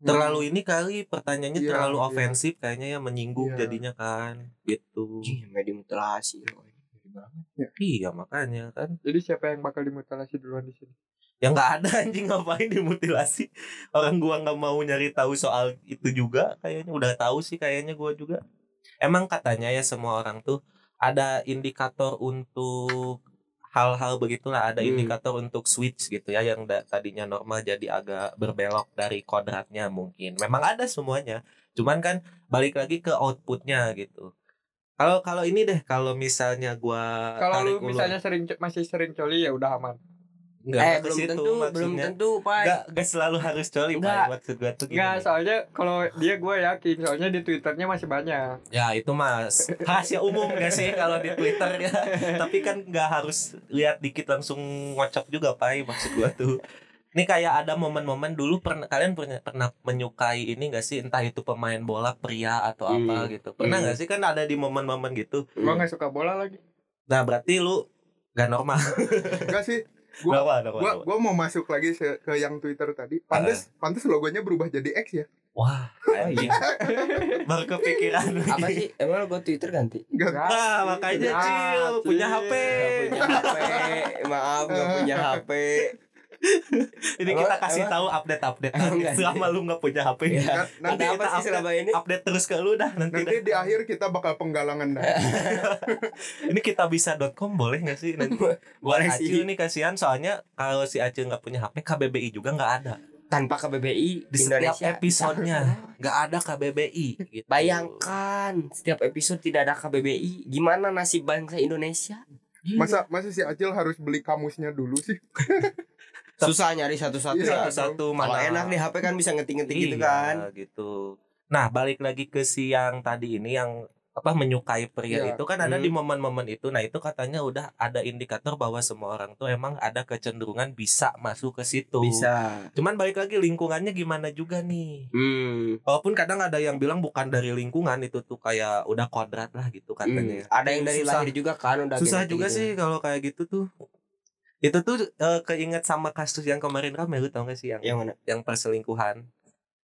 S7: terlalu ini kali pertanyaannya
S2: Iya,
S7: terlalu
S2: iya.
S7: ofensif kayaknya ya menyinggung
S2: Iya.
S7: jadinya kan gitu
S8: Ih, sampai dimutilasi loh.
S7: iya makanya kan
S6: Jadi siapa yang bakal dimutilasi duluan di sini?
S7: ya nggak ada anjing ngapain dimutilasi orang gua nggak mau nyari tahu soal itu juga kayaknya udah tahu sih kayaknya gua juga emang katanya ya semua orang tuh ada indikator untuk hal-hal begitulah ada
S2: Hmm.
S7: indikator untuk switch gitu ya yang da- tadinya normal jadi agak berbelok dari kodratnya mungkin memang ada semuanya cuman kan balik lagi ke outputnya gitu kalau kalau ini deh kalau misalnya gua
S6: Kalau lu
S7: Ah, tarik ulur-
S6: misalnya sering masih sering coli ya udah aman.
S7: nggak
S10: eh
S7: ke
S10: belum
S7: situ
S10: tentu belum
S7: maksudnya.
S10: tentu pak
S7: Gak, gak selalu harus coli
S10: Nggak.
S7: Pak Maksud gue tuh gini
S6: Enggak, soalnya kalau dia gue yakin, soalnya di Twitternya masih banyak.
S7: Ya itu mas <laughs> Rahasia umum gak sih kalau di Twitter
S2: <laughs>
S7: ya Tapi kan gak harus lihat dikit langsung ngocok juga Pak Maksud gue tuh Ini kayak ada momen-momen dulu pernah kalian pernah, pernah menyukai ini gak sih entah itu pemain bola pria atau apa
S8: Hmm.
S7: gitu pernah
S8: Hmm.
S7: nggak sih kan ada di momen-momen gitu
S6: Gue nggak suka bola
S7: <laughs>
S6: lagi.
S7: nah berarti lu
S2: <laughs>
S7: gak normal
S2: Enggak
S7: <laughs>
S2: sih. Gua-
S7: normal normal,
S2: Gua
S7: normal.
S2: gua mau masuk lagi se- ke yang Twitter tadi. Pantes pantes logonya berubah jadi X ya.
S7: wah anjing <laughs> baru kepikiran
S10: apa
S7: lagi.
S10: sih emang gue twitter ganti
S2: Enggak.
S7: Nah, makanya
S6: Enggak,
S7: Cil punya
S6: Cil.
S7: HP.
S10: Nggak punya
S7: <laughs>
S10: HP maaf nggak punya HP
S7: Ini
S10: Apa-
S7: kita kasih
S10: apa?
S7: tahu update-update
S10: Emang
S7: nanti
S10: nggak sih?
S7: selama lu nggak punya HP.
S10: Ya.
S2: Kan
S10: ada
S2: nanti
S10: apa
S7: kita
S10: sih selama ini
S7: Update terus ke lu dah nanti.
S2: nanti
S7: dah.
S2: di akhir kita bakal penggalangan
S7: <laughs>
S2: dah.
S7: Ini kita bisa.com boleh nggak sih nanti? Buat
S10: Boleh
S7: Acil
S10: sih
S7: nih kasihan soalnya kalau si Acil nggak punya HP KBBI juga nggak ada.
S10: tanpa KBBI
S7: Di
S10: Indonesia
S7: setiap episodenya nggak ada KBBI. Gitu.
S10: Bayangkan setiap episode tidak ada KBBI, gimana nasib bangsa Indonesia?
S2: Masa masa si Acil harus beli kamusnya dulu sih?
S10: Susah nyari satu-satu.
S2: Iya.
S7: satu-satu
S10: Kalau
S7: mana
S10: enak di HP kan bisa ngetik-ngetik gitu
S7: Iya,
S10: kan.
S7: gitu nah balik lagi ke si yang tadi ini yang apa menyukai
S2: Iya.
S7: pria itu kan ada
S10: Hmm.
S7: di momen-momen itu nah itu katanya udah ada indikator bahwa semua orang tuh emang ada kecenderungan bisa masuk ke situ
S10: Bisa.
S7: cuman balik lagi lingkungannya gimana juga nih
S10: Hmm.
S7: walaupun kadang ada yang bilang bukan dari lingkungan itu tuh kayak udah kodrat lah gitu katanya
S10: hmm. Ada yang dari
S7: Susah.
S10: lahir juga kan udah
S7: susah
S10: genetik
S7: juga
S10: gitu.
S7: sih kalau kayak gitu tuh itu tuh eh, keinget sama kasus yang kemarin rame lu tau gak sih yang
S10: Yang mana?
S7: yang perselingkuhan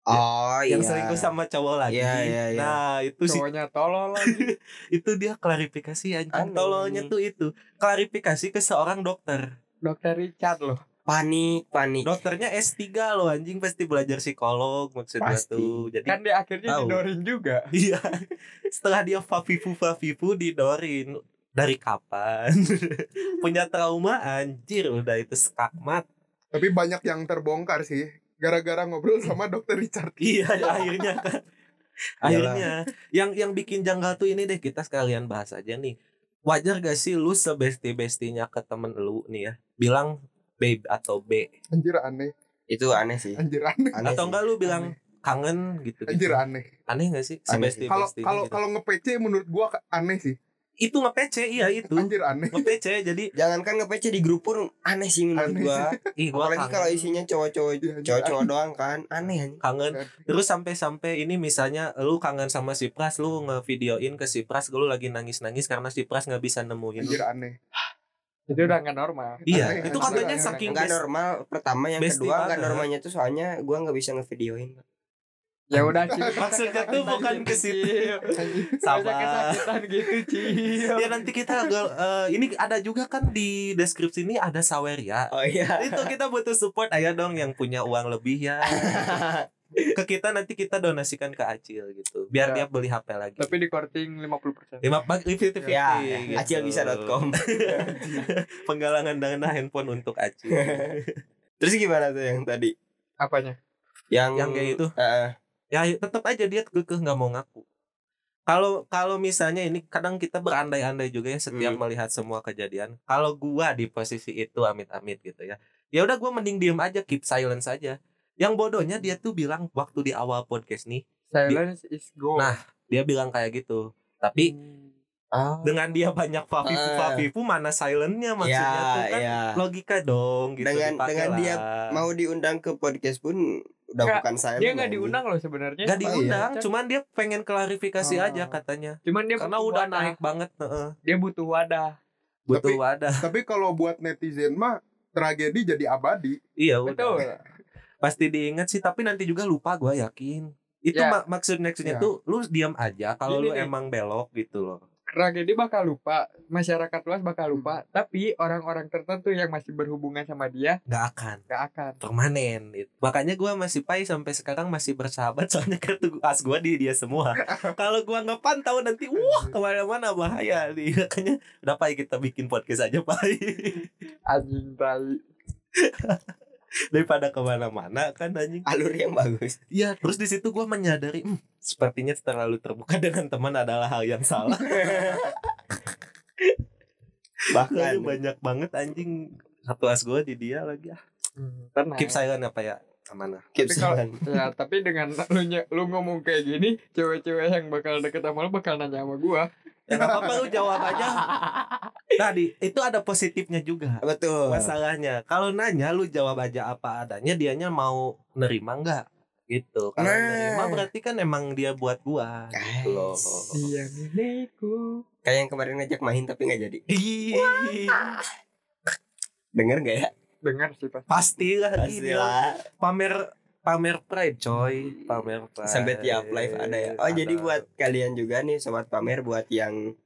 S10: Oh iya.
S7: yang selingkuh sama cowok lagi.
S10: Iya, iya, iya.
S7: Nah, itu sih
S6: Cowoknya tolol lagi.
S7: itu dia klarifikasi anjing.
S10: Aneh.
S7: Tololnya tuh itu. Klarifikasi ke seorang dokter.
S6: Dokter Richard loh.
S10: panik, panik.
S7: Dokternya S3 loh anjing pasti belajar psikolog maksud gua
S10: Pasti.
S7: tuh. Jadi
S6: Kan dia akhirnya
S7: Tahu.
S6: didorin juga.
S7: <laughs> iya. Setelah dia favifu favifu didorin dari kapan <laughs> punya trauma anjir udah itu skakmat
S2: Tapi banyak yang terbongkar sih gara-gara ngobrol sama dokter Richard.
S7: iya akhirnya kan akhirnya yang yang bikin janggal tuh ini deh kita sekalian bahas aja nih wajar gak sih lu sebesti bestinya ke temen lu nih ya bilang babe atau b
S2: Anjir aneh,
S10: Itu aneh sih.
S2: anjir aneh,
S10: Aneh
S7: atau
S10: sih.
S7: enggak lu bilang kangen gitu,
S2: anjir ah.
S7: gitu.
S2: aneh.
S7: aneh gak sih
S10: Aneh
S7: sebesti
S10: sih.
S2: Kalau
S7: bestinya
S2: kalau
S7: gitu.
S2: kalau nge-PC menurut gua ke- aneh sih.
S7: itu ngepece iya itu
S2: Anjir aneh.
S7: ngepece jadi
S10: Jangankan nge-PC di grup pun aneh sih menurut
S2: Aneh.
S10: gua.
S7: ih gua
S10: Apalagi
S7: kangen.
S10: kalau isinya
S2: Iya,
S10: cowok-cowok
S2: anjir,
S10: cowok-cowok doang kan. Aneh anjing.
S7: kangen
S2: Nah.
S7: terus sampai-sampai ini misalnya lu kangen sama si Pras lu ngevideoin ke si Pras lu lagi nangis-nangis karena si Pras nggak bisa nemuin lu
S2: Anjir aneh.
S6: Itu udah nggak normal.
S7: iya
S2: Aneh,
S7: itu
S2: aneh,
S7: katanya
S2: aneh,
S7: saking
S10: Enggak
S7: best-
S10: normal pertama yang
S7: Besti
S10: kedua enggak
S7: banget.
S10: normalnya tuh soalnya gua nggak bisa ngevideoin.
S6: Ya
S7: <laughs>
S6: udah Cil.
S7: Maksudnya tuh bukan ke situ.
S6: Cil. Biasa
S7: Sabar.
S6: kesakitan gitu Cil.
S7: Ya nanti kita agak- eh, ini ada juga kan di deskripsi ini ada saweria.
S10: Oh iya.
S7: Itu kita butuh support ayo dong yang punya uang lebih ya.
S6: <laughs>
S7: Ke kita nanti kita donasikan ke Acil gitu. Biar
S6: Ya.
S7: dia beli HP lagi.
S6: Tapi di korting 50%.
S7: lima bag fifty fifty
S10: Ya,
S7: gitu.
S10: acilbisa.com.
S7: Penggalangan dana handphone untuk Acil.
S10: <laughs>
S6: <laughs>
S10: Terus gimana tuh yang tadi?
S6: Apanya?
S10: Yang
S7: Yang kayak gitu? itu.
S10: Heeh.
S7: ya tetap aja dia kekeh nggak mau ngaku. Kalau kalau misalnya ini kadang kita berandai-andai juga ya setiap
S10: Hmm.
S7: melihat semua kejadian. Kalau gua di posisi itu amit-amit gitu ya. Ya udah gua mending diem aja keep silence aja. Yang bodohnya dia tuh bilang waktu di awal podcast nih
S6: Silence is gold.
S7: Nah, dia bilang kayak gitu. Tapi
S8: Ah.
S7: dengan dia banyak papipu
S8: Ah.
S7: papipu mana silentnya maksudnya
S8: ya,
S7: tuh kan
S8: ya.
S7: logika dong gitu
S8: Dengan-
S7: dipakai
S8: dengan dia
S7: lah.
S8: Mau diundang ke podcast pun udah
S6: Nggak,
S8: bukan saya.
S6: Dia nggak diundang loh sebenarnya.
S7: Gak
S8: iya. Oh.
S7: diundang, cuman dia pengen klarifikasi
S6: Ah.
S7: aja katanya.
S6: Cuman dia
S7: Karena
S6: butuh
S7: udah
S6: wadah.
S7: naik banget, heeh.
S6: Dia butuh wadah.
S7: butuh
S2: Tapi-
S7: wadah.
S2: Tapi kalau buat netizen mah tragedi jadi abadi.
S7: Iya
S6: Betul.
S7: udah. Pasti diingat sih, tapi nanti juga lupa gue yakin. Itu
S6: Ya.
S7: ma- maksud nextnya
S2: Ya.
S7: tuh lu diam aja kalau
S6: Gini
S7: lu
S6: nih.
S7: emang belok gitu loh.
S6: Tragedi bakal lupa, masyarakat luas bakal
S7: Hmm.
S6: lupa, tapi orang-orang tertentu yang masih berhubungan sama dia
S7: Gak akan
S6: nggak akan.
S7: permanen. Itu. Makanya gue masih pai sampai sekarang masih bersahabat <laughs> soalnya kartu as gue di dia
S6: <laughs>
S7: semua. kalau gue ngepantau nanti
S6: Hmm.
S7: wah kemana-mana bahaya nih. <laughs> Makanya udah pai kita bikin podcast aja pai <laughs>
S6: Anjing tai.
S7: daripada kemana-mana kan anjing.
S8: Alur yang bagus.
S7: Iya, terus di situ gue menyadari, "Hmm, sepertinya terlalu terbuka dengan teman adalah hal yang salah. Bahkan
S8: <laughs> Bahkan ya.
S7: banyak banget anjing satu as gue di dia lagi. Ah,
S6: Hmm, tenang.
S8: Nah.
S7: Keep silent apa ya? Amanah.
S8: keep
S6: Tapi kalau-
S8: silent.
S6: Ya, tapi dengan <laughs> lu, nye- lu ngomong kayak gini, cewek-cewek yang bakal deket sama lu bakal nanya sama gua.
S7: Ya nggak apa-apa lu jawab
S8: <laughs>
S7: aja. Tadi itu ada positifnya juga.
S8: Betul.
S7: Masalahnya kalau nanya lu jawab aja apa adanya, dianya mau nerima nggak? Gitu. Kalau
S8: Nah.
S7: nerima berarti kan emang dia buat gua. Gitu loh.
S8: Guys.
S6: Dia milikku.
S8: Kayak yang kemarin ngajak main tapi nggak jadi.
S7: Ih,
S8: Dengar nggak ya?
S6: Dengar sih pas.
S7: Pastilah gila.
S8: Pastilah.
S7: pamer pamer pride coy pamer pride
S8: Sampai tiap live ada ya. Oh jadi
S7: Ada.
S8: buat kalian juga nih sobat pamer buat yang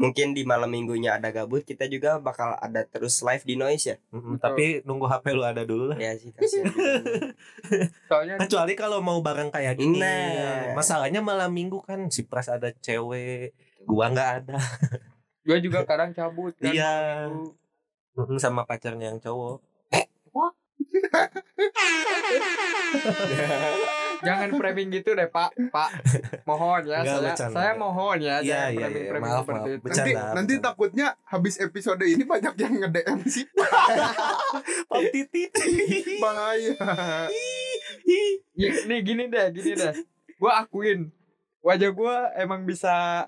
S8: mungkin di malam minggunya ada gabut kita juga bakal ada terus live di noise ya.
S7: Mm-mm, tapi nunggu hp lu ada dulu lah
S8: Ya sih kasihan.
S6: Soalnya
S7: kecuali kalau mau bareng kayak gini
S8: Nah.
S7: masalahnya malam minggu kan si pras ada cewek gua nggak ada
S6: gua juga kadang cabut kan.
S7: iya
S6: Lu-
S7: Mm-mm, sama pacarnya yang cowok
S6: Jangan framing gitu deh, Pak. Pak, mohon ya.
S7: Enggak,
S6: saya
S7: bercanda.
S6: saya mohon ya,
S7: Iya,
S6: jangan
S7: iya, iya.
S6: framing-framing
S7: Maaf,
S6: seperti
S7: maaf.
S6: itu.
S7: Bercanda,
S2: nanti nanti
S7: bercanda.
S2: takutnya habis episode ini banyak yang nge-DM sih.
S7: Om titit
S2: Bahaya.
S6: Ya, Nih gini deh, gini deh. Gua akuin wajah gua emang bisa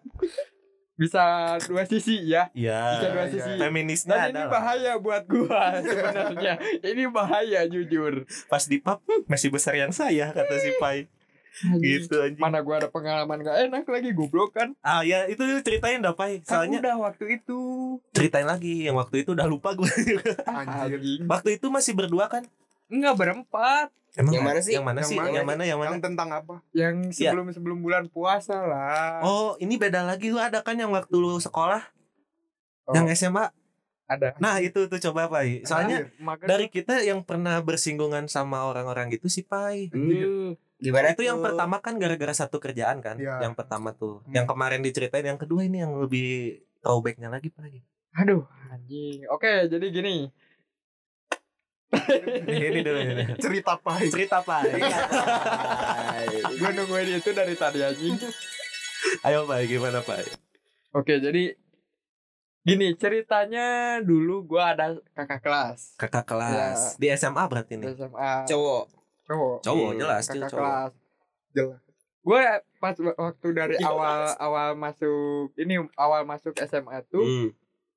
S6: bisa dua sisi ya. Bisa
S7: ya
S6: dua
S2: Iya,
S6: sisi.
S7: feminisnya
S6: Dan
S7: ada
S6: ini
S7: lah.
S6: bahaya buat
S7: <laughs>
S6: gua sebenarnya. ini bahaya jujur.
S7: pas di pub "Hmm, masih besar yang saya kata si pai gitu anjing
S6: Mana gua ada pengalaman gak enak lagi goblok kan.
S7: ah ya itu ceritain dah pai
S6: Kan
S7: soalnya
S6: udah waktu itu.
S7: ceritain lagi yang waktu itu udah lupa gue
S6: <laughs>
S2: Anjir.
S6: Anjing.
S7: <laughs> waktu itu masih berdua kan
S6: Enggak berempat.
S7: Emang
S8: Yang mana sih?
S7: Yang mana
S2: Yang
S7: sih?
S2: mana?
S7: Yang mana? Yang mana?
S2: Yang tentang apa?
S6: Yang
S7: Iya.
S6: sebelum sebelum bulan puasa lah.
S7: Oh, ini beda lagi lu ada kan yang waktu lu sekolah,
S6: Oh.
S7: yang SMA.
S6: Ada.
S7: Nah, itu tuh coba Pai. Soalnya
S6: Anjir, makanya-
S7: dari kita yang pernah bersinggungan sama orang-orang gitu sih Pai.
S6: Hmm.
S8: Gimana
S7: Itu yang
S8: tuh?
S7: pertama kan gara-gara satu kerjaan kan?
S2: Iya.
S7: Yang pertama tuh.
S2: Hmm.
S7: Yang kemarin diceritain, yang kedua ini yang lebih throwbacknya lagi Pai.
S6: Aduh, anjing. Oke, jadi gini.
S7: ini dulu ini. dulu.
S2: Cerita pahit.
S7: Cerita Pai.
S6: Iya. Gue nungguin itu dari tadi anjing.
S7: Ayo Pai, gimana Pai?
S6: Oke, jadi gini ceritanya dulu gua ada kakak kelas
S7: Kakak
S6: Iya.
S7: kelas di SMA
S6: di
S7: berarti nih.
S6: SMA.
S8: Cowok.
S6: Cowok.
S7: Cowok
S8: Hmm,
S7: jelas dia
S6: Kakak
S7: cowok.
S6: kelas.
S2: Jelas.
S6: Gue pas waktu dari awal awal masuk ini awal masuk SMA tuh
S8: Hmm.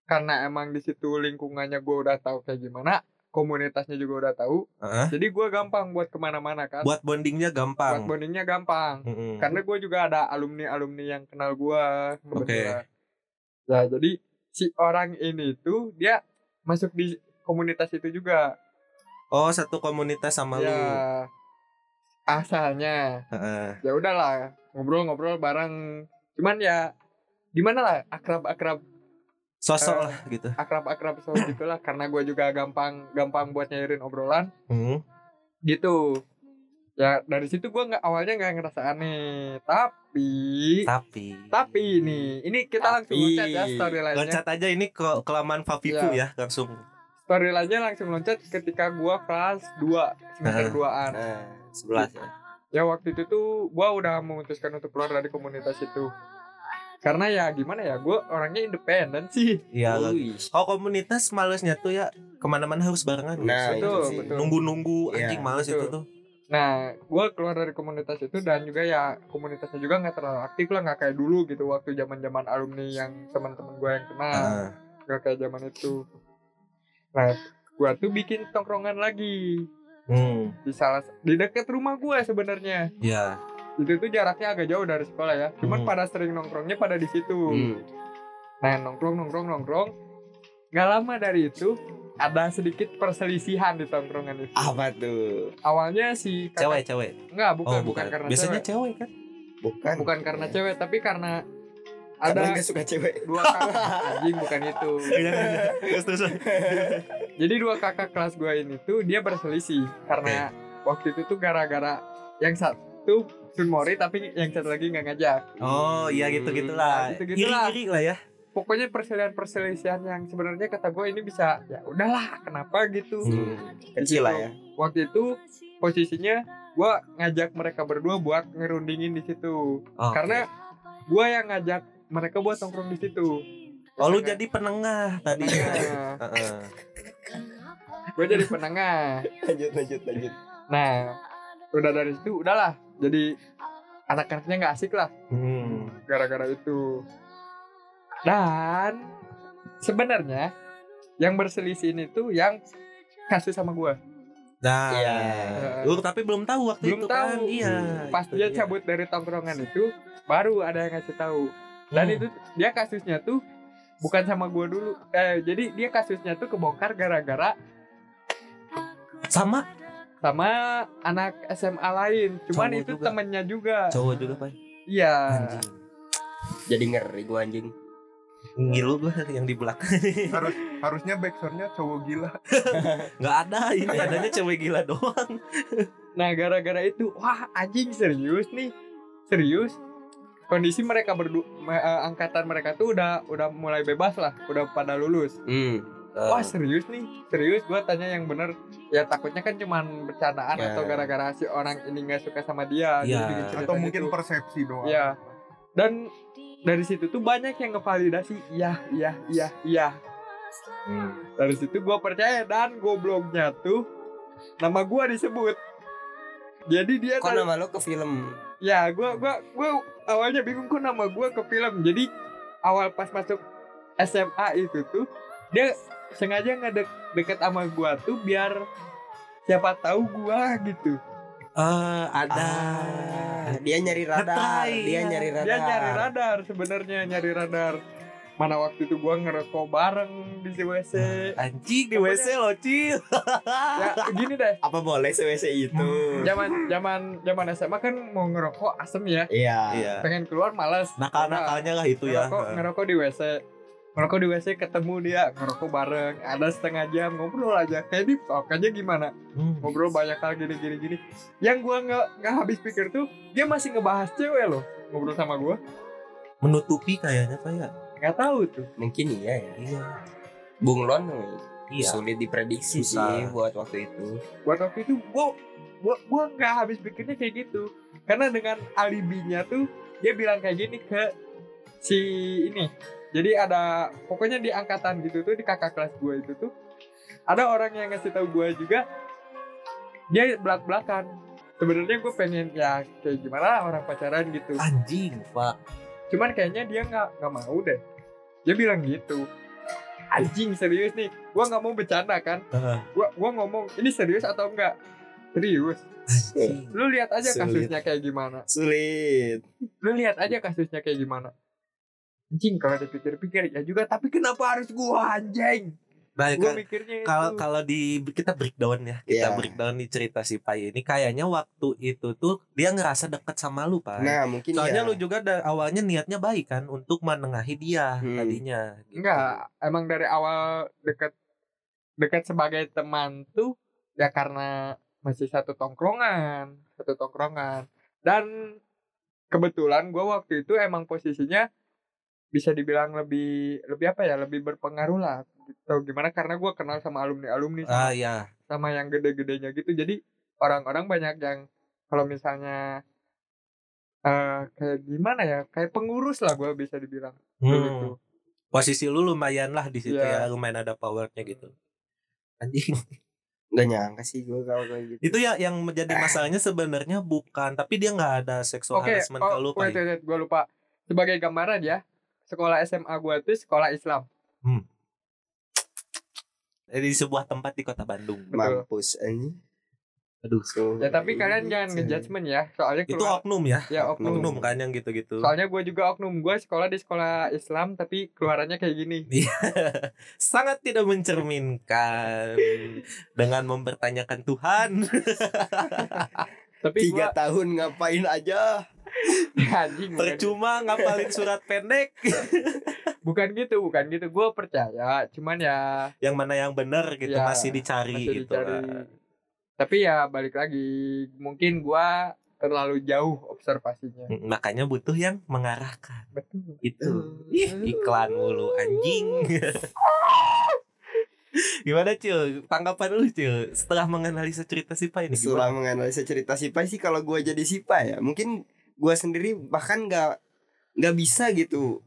S6: karena emang di situ lingkungannya gue udah tahu kayak gimana komunitasnya juga udah tahu
S7: Heeh.
S6: jadi gue gampang buat kemana-mana kan
S7: Buat bondingnya
S6: buat
S7: gampang.
S6: bondingnya gampang
S7: Mm-mm.
S6: karena gue juga ada alumni alumni yang kenal gue kebetulan ya jadi si orang ini tuh dia masuk di komunitas itu juga
S7: Oh, satu komunitas sama
S6: ya
S7: lu.
S6: asalnya
S7: Heeh.
S6: ya udahlah ngobrol-ngobrol bareng cuman ya gimana lah akrab-akrab
S7: Sosok
S6: Eh.
S7: lah gitu.
S6: akrab-akrab so gitulah karena gue juga gampang gampang buat nyairin obrolan
S7: Hmm.
S6: gitu ya dari situ gua nggak awalnya nggak ngerasa aneh tapi
S7: Tapi
S6: tapi nih ini kita langsung
S8: Tapi.
S6: loncat ya storylinenya Iya.
S7: Loncat aja ini ke kelamaan Papiku ya langsung.
S6: storylinenya langsung loncat ketika gua kelas 2 semester
S7: Ah.
S6: 2an
S8: Nah, sebelas ya.
S6: ya waktu itu tuh gua udah memutuskan untuk keluar dari komunitas itu karena ya gimana ya gua orangnya independen sih
S8: Ya,
S7: Iya. lagi.
S8: Wih.
S7: Oh komunitas malesnya tuh ya kemana-mana harus barengan.
S8: Nah,
S6: Betul,
S8: itu sih.
S6: betul.
S7: Nunggu-nunggu
S8: Iya,
S7: anjing males
S6: betul.
S7: itu tuh.
S6: Nah, gue keluar dari komunitas itu dan juga ya komunitasnya juga nggak terlalu aktif lah, nggak kayak dulu gitu waktu zaman zaman alumni yang teman-teman gue yang kenal,
S7: Ah.
S6: nggak kayak zaman itu. Nah, gue tuh bikin tongkrongan lagi
S7: Hmm.
S6: di salah di dekat rumah gue sebenarnya.
S7: Ya.
S6: Itu tuh jaraknya agak jauh dari sekolah ya. Cuman
S7: Hmm.
S6: pada sering nongkrongnya pada di situ.
S8: Hmm.
S6: Nah, nongkrong nongkrong nongkrong. Gak lama dari itu ada sedikit perselisihan di tongkrongan itu.
S8: Apa tuh?
S6: Awalnya si kakak-
S7: Cewek, cewek.
S6: Enggak, bukan,
S7: Oh,
S6: bukan
S7: bukan.
S6: karena
S7: Biasanya
S6: cewek.
S7: cewek kan?
S8: Bukan.
S6: Bukan karena cewek, tapi karena
S8: Ada
S6: ada
S8: nggak suka cewek?
S6: dua kakak anjing bukan itu.
S7: Terus terus.
S6: Jadi dua kakak kelas gue ini tuh dia berselisih karena waktu itu tuh gara-gara yang satu Sunmori tapi yang satu lagi nggak ngajak.
S7: Oh, iya gitu-gitulah.
S6: Gitu-gitulah.
S7: Iri-iri lah ya.
S6: Pokoknya perselisihan-perselisihan yang sebenarnya kata gue ini bisa ya udahlah kenapa gitu.
S8: Hmm, Kecil lah ya.
S6: Waktu itu posisinya gue ngajak mereka berdua buat ngerundingin di situ
S7: Oke.
S6: karena gue yang ngajak mereka buat nongkrong di situ.
S7: Oh, lu jadi penengah tadi.
S6: Nah,
S7: Heeh.
S6: gue jadi penengah.
S8: <laughs> Lanjut lanjut lanjut.
S6: Nah, udah dari situ udahlah. Jadi anak-anaknya nggak asik lah
S7: Hmm.
S6: gara-gara itu. Dan sebenarnya yang berselisih ini tuh yang kasih sama gue.
S7: Nah,
S8: Iya.
S7: lu tapi belum tahu waktu
S6: Belum
S7: itu
S6: tahu.
S7: kan? Iya.
S6: Pas
S7: itu
S6: dia
S7: dia.
S6: cabut dari tongkrongan itu, baru ada yang ngasih tahu. Dan
S7: Hmm.
S6: itu dia kasusnya tuh bukan sama gue dulu. Eh, jadi dia kasusnya tuh kebongkar gara-gara
S7: sama
S6: sama anak SMA lain. Cuman
S7: Cowok
S6: itu
S7: juga.
S6: temennya juga.
S7: cowok juga, Pak.
S6: Iya.
S7: Anjing.
S8: Jadi ngeri gua anjing.
S7: Ngilu gua yang di belakang.
S10: harus harusnya backsoundnya cowok gila
S7: Enggak ada, ini adanya cewek gila doang.
S6: Nah gara-gara itu Wah anjing serius nih Serius Kondisi mereka berdua me- eh, Angkatan mereka tuh udah Udah mulai bebas lah Udah pada lulus
S7: Nah.
S8: Eh,
S6: Wah serius nih Serius gua tanya yang bener Ya takutnya kan cuman bercandaan
S7: Iya.
S8: Ya.
S6: Atau gara-gara si orang ini gak suka sama dia
S7: Ya.
S6: jadi bikin cerita
S10: atau mungkin
S6: gitu.
S10: persepsi doang
S6: Iya Dan dari situ tuh banyak yang ngevalidasi Iya, iya, iya, iya Dari situ gua percaya Dan gobloknya tuh Nama gua disebut Jadi dia
S8: Kok nama lo ke film?
S6: Ya, gua gua gua awalnya bingung kok nama gua ke film. Jadi awal pas masuk SMA itu tuh dia sengaja ngedek deket sama gua tuh biar siapa tahu gua gitu.
S7: Eh, ada.
S8: Ah, dia nyari radar,
S7: Ketai,
S8: dia
S7: ya.
S8: nyari radar.
S6: Dia Iya, nyari radar sebenarnya nyari radar. Mana waktu itu gua ngerokok bareng di WC.
S7: Anjing di WC lo, Cil.
S6: Ya gini deh,
S8: Apa boleh se-WC itu?
S6: zaman zaman zaman SMA kan mau ngerokok asem ya.
S8: Iya. Nah,
S7: Iya.
S6: Pengen keluar males. Nah,
S7: Nakal-nakalnya lah itu ya.
S6: ngerokok, ngerokok di WC ngerokok di WC ketemu dia ngerokok bareng ada setengah jam ngobrol aja kayak di talk aja gimana
S7: Hmm.
S6: ngobrol banyak hal gini gini gini yang gua nggak nggak habis pikir tuh dia masih ngebahas cewek loh ngobrol sama gua
S7: Menutupi kayaknya, Pak ya.
S6: nggak tahu tuh
S8: Mungkin iya eh. ya.
S7: Iya.
S8: Bunglon
S7: Iya.
S8: sulit diprediksi sih
S7: Susah.
S8: buat waktu itu.
S6: buat waktu itu gua gua gua nggak habis pikirnya kayak gitu karena dengan alibinya tuh dia bilang kayak gini ke si ini jadi ada pokoknya di angkatan gitu tuh di kakak kelas gua itu tuh ada orang yang ngasih tahu gua juga dia belak belakan sebenarnya gue pengen ya kayak gimana lah orang pacaran gitu
S7: Anjing, Pak.
S6: cuman kayaknya dia nggak nggak mau deh dia bilang gitu anjing serius nih gua nggak mau bercanda kan
S7: Heeh.
S6: gua gua ngomong ini serius atau enggak serius
S7: Anjing.
S6: lu lihat aja
S8: Sulit.
S6: kasusnya kayak gimana
S8: Sulit.
S6: lu lihat aja kasusnya kayak gimana anjing kalau dipikir-pikir ya juga tapi kenapa harus gua anjing
S7: Nah,
S6: gua
S7: kan-
S6: mikirnya
S7: kalau
S6: itu.
S7: kalau di kita breakdown ya kita
S8: Gitu. Iya.
S7: breakdown di cerita si Pai ini kayaknya waktu itu tuh dia ngerasa deket sama lu Pai
S8: Nah, mungkin
S7: soalnya
S8: iya.
S7: lu juga da- awalnya niatnya baik kan untuk menengahi dia
S8: Hmm.
S7: tadinya gitu.
S6: enggak emang dari awal dekat dekat sebagai teman tuh ya karena masih satu tongkrongan satu tongkrongan dan kebetulan gua waktu itu emang posisinya bisa dibilang lebih lebih apa ya lebih berpengaruh lah atau gimana karena gua kenal sama alumni alumni sama
S7: ah ya
S6: sama yang gede-gedenya gitu jadi orang-orang banyak yang kalau misalnya eh kayak gimana ya kayak pengurus lah gue bisa dibilang dulu
S7: Hmm.
S6: tuh.
S7: posisi lu lumayan lah di situ
S6: Iya.
S7: ya lumayan ada powernya gitu anjing <laughs>
S8: Gak nyangka sih gue kalau kayak gitu.
S7: Itu ya yang menjadi masalahnya sebenarnya bukan, tapi dia nggak ada seksual
S6: Oke,
S7: harassment ke
S6: oh,
S7: lu,
S6: wait,
S7: Pai.
S6: wait, wait, gue lupa. Sebagai gambaran ya, sekolah SMA gue tuh sekolah Islam.
S7: Eh, Di sebuah tempat di kota Bandung.
S6: Betul.
S8: Mampus ini.
S7: Aduh.
S6: Ya tapi kalian jangan ngejudgment ya, soalnya
S7: Itu
S6: keluar,
S7: oknum ya,
S6: ya
S8: Hmm.
S6: oknum.
S7: oknum kan yang gitu-gitu.
S6: Soalnya gue juga oknum gue sekolah di sekolah Islam tapi keluarannya kayak gini.
S7: Sangat tidak mencerminkan dengan mempertanyakan
S6: <laughs>
S7: Tuhan.
S6: Tapi
S8: Tiga
S6: gue
S8: tahun ngapain aja?
S6: <laughs> anjing bukan,
S7: Percuma ngapalin surat pendek. <laughs>
S6: bukan gitu, bukan gitu. Gue percaya, cuman ya
S7: yang mana yang benar gitu
S6: Ya,
S7: masih dicari
S6: masih
S7: gitu.
S6: dicari.
S7: lah.
S6: Tapi ya balik lagi, mungkin gue terlalu jauh observasinya.
S7: Mm, Makanya butuh yang mengarahkan.
S6: Betul.
S7: Itu. Ih, iklan mulu anjing. <laughs> Gimana Cil? Tanggapan lu Cil setelah menganalisa cerita si Pai ini gimana?
S8: Setelah menganalisa cerita Sipai sih kalau gue jadi Sipai ya mungkin gue sendiri bahkan nggak nggak bisa gitu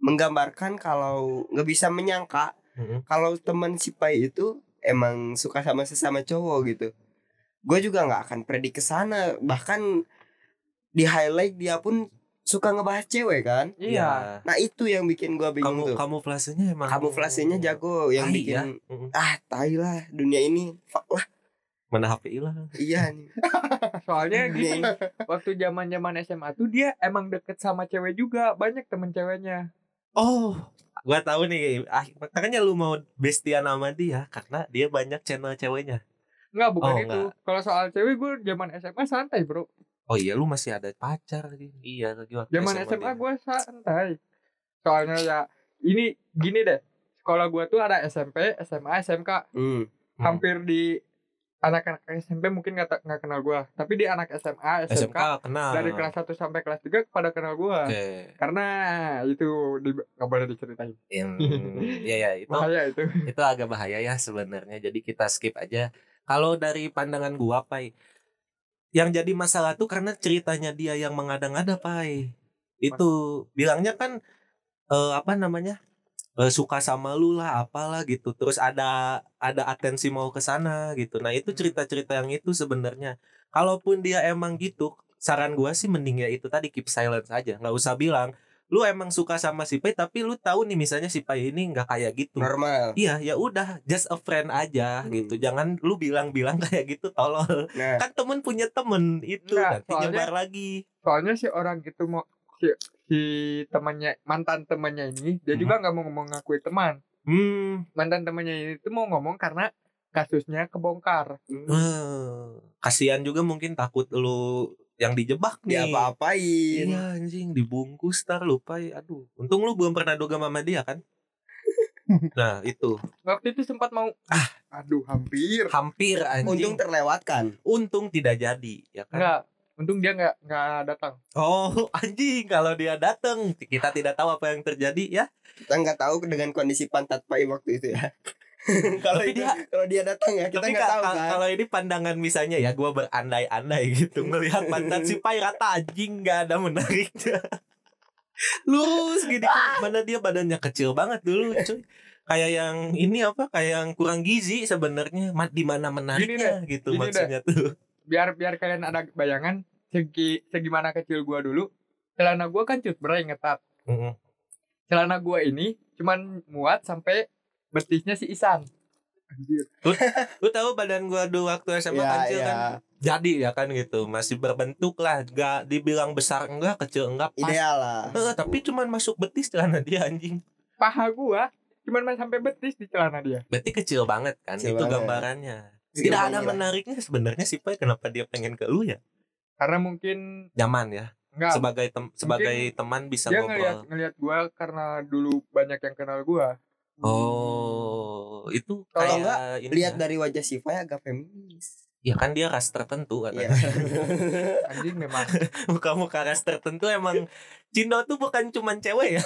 S8: menggambarkan kalau nggak bisa menyangka
S7: Mm-mm.
S8: kalau teman Sipai itu emang suka sama sesama cowok gitu. Gue juga nggak akan predik ke sana bahkan di highlight dia pun suka ngebahas cewek kan.
S6: Iya.
S7: Ya,
S8: Nah itu yang bikin gue
S7: Kamu
S8: bingung tuh.
S7: kamu plasenya emang
S8: Kamuflasenya jago yang
S7: Tai,
S8: bikin
S7: ya? Mm-mm.
S8: ah tai lah dunia ini fuck lah
S7: Mana HP hilang?
S8: iya nih
S7: Hmm.
S6: Soalnya
S8: dunia
S6: gini,
S7: Iya,
S8: ini
S6: waktu zaman zaman SMA tuh dia emang deket sama cewek juga, banyak temen ceweknya.
S7: Oh, gua tahu nih. Ah, makanya lu mau bestian sama dia karena dia banyak channel ceweknya.
S6: Enggak, bukan
S7: Oh,
S6: itu. Kalau soal cewek gue zaman SMA santai, Bro.
S7: Oh iya, lu masih ada pacar lagi. Iya, lagi waktu
S6: Zaman
S7: sama
S6: SMA
S7: dia.
S6: gue santai. Soalnya ya ini gini deh. Sekolah gue tuh ada SMP, SMA, SMK.
S8: hmm.
S6: Hampir di anak-anak SMP mungkin nggak ta- nggak kenal gue. Tapi di anak SMA, SMK,
S7: SMK kenal.
S6: dari kelas 1 sampai kelas 3 pada kenal gue.
S7: Oke.
S6: Karena itu di, gak boleh diceritain.
S7: Em, ya ya itu
S6: Bahaya itu.
S7: itu agak bahaya ya sebenarnya. Jadi kita skip aja. Kalau dari pandangan gua, Pai, yang jadi masalah tuh karena ceritanya dia yang mengada-ngada, Pai. Itu bilangnya kan eh, apa namanya? Eh, suka sama lu lah apalah gitu terus ada ada atensi mau ke sana gitu nah itu cerita-cerita yang itu sebenarnya kalaupun dia emang gitu saran gua sih mending ya itu tadi keep silence aja nggak usah bilang lu emang suka sama si Pai tapi lu tahu nih misalnya si Pai ini nggak kayak gitu
S8: normal
S7: Iya, ya udah, just a friend aja
S8: Hmm.
S7: gitu. Jangan lu bilang-bilang <laughs> kayak gitu tolol.
S8: nah
S7: Kan temen punya temen itu
S6: Enggak,
S7: nanti
S6: soalnya-
S7: nyebar lagi.
S6: soalnya si orang itu mau si, si temannya mantan temannya ini dia
S7: Mhm.
S6: juga nggak mau ngomong ngakui teman
S7: Hmm.
S6: mantan temannya ini tuh mau ngomong karena kasusnya kebongkar
S7: eh, Kasihan juga mungkin takut lu yang dijebak nih.
S8: dia apa-apain
S7: Iya anjing dibungkus tar lupa ya. aduh untung lu belum pernah doga sama dia kan nah itu
S6: waktu itu sempat mau
S2: Aduh hampir.
S7: hampir
S8: untung
S7: anjing untung,
S8: terlewatkan
S7: tidak jadi ya kan
S6: nggak untung dia nggak nggak datang
S7: oh <laughs> anjing kalau dia datang kita tidak tahu apa yang terjadi ya
S8: kita nggak tahu dengan kondisi pantat pai waktu itu ya <laughs> kalau
S7: Tapi
S8: dia
S7: dia-
S8: kalau dia datang ya kita
S7: Tapi
S8: nggak
S7: ka-
S8: tahu
S7: ka-
S8: kan
S7: kalau ini pandangan misalnya ya gue berandai-andai <laughs> gitu melihat pantat si Pai rata anjing nggak ada menariknya <laughs> lurus gini kan. mana dia badannya kecil banget dulu cuy kayak yang ini apa kayak yang kurang gizi sebenarnya Ma- di mana menariknya gitu
S6: gini deh.
S7: maksudnya tuh
S6: biar biar kalian ada bayangan segi segimana kecil gua dulu celana gua kan cutbray ngetat
S7: Mm-mm.
S6: celana gua ini cuman muat sampai betisnya si Isan
S7: lu tahu badan gue dulu waktu SMA
S8: Ya,
S7: kecil
S8: ya.
S7: kan jadi ya kan gitu masih berbentuk lah gak dibilang besar enggak kecil enggak pas
S8: ideal lah
S7: Eh, tapi cuman masuk betis celana dia anjing
S6: paha gua cuman main sampai betis di celana dia
S7: Berarti kecil banget kan itu
S8: Kecil banget. ya.
S7: gambarannya.
S8: Kecil
S7: Tidak ada
S8: banget.
S7: menariknya sebenarnya sih Pai kenapa dia pengen ke lu ya?
S6: karena mungkin
S7: Nyaman ya.
S6: nggak
S7: sebagai tem- sebagai teman bisa
S6: dia
S7: ngobrol.
S6: ngelihat ngelihat gue karena dulu banyak yang kenal gue
S7: Oh, itu
S8: Kalau
S7: kayak
S8: enggak,
S7: ini
S8: lihat
S7: ya.
S8: dari wajah Sipai agak feminis
S7: Ya kan dia ras tertentu
S8: Iya.
S7: katanya.
S6: anjing memang
S7: <laughs> Muka-muka ras tertentu emang cindo tuh bukan cuman cewek ya.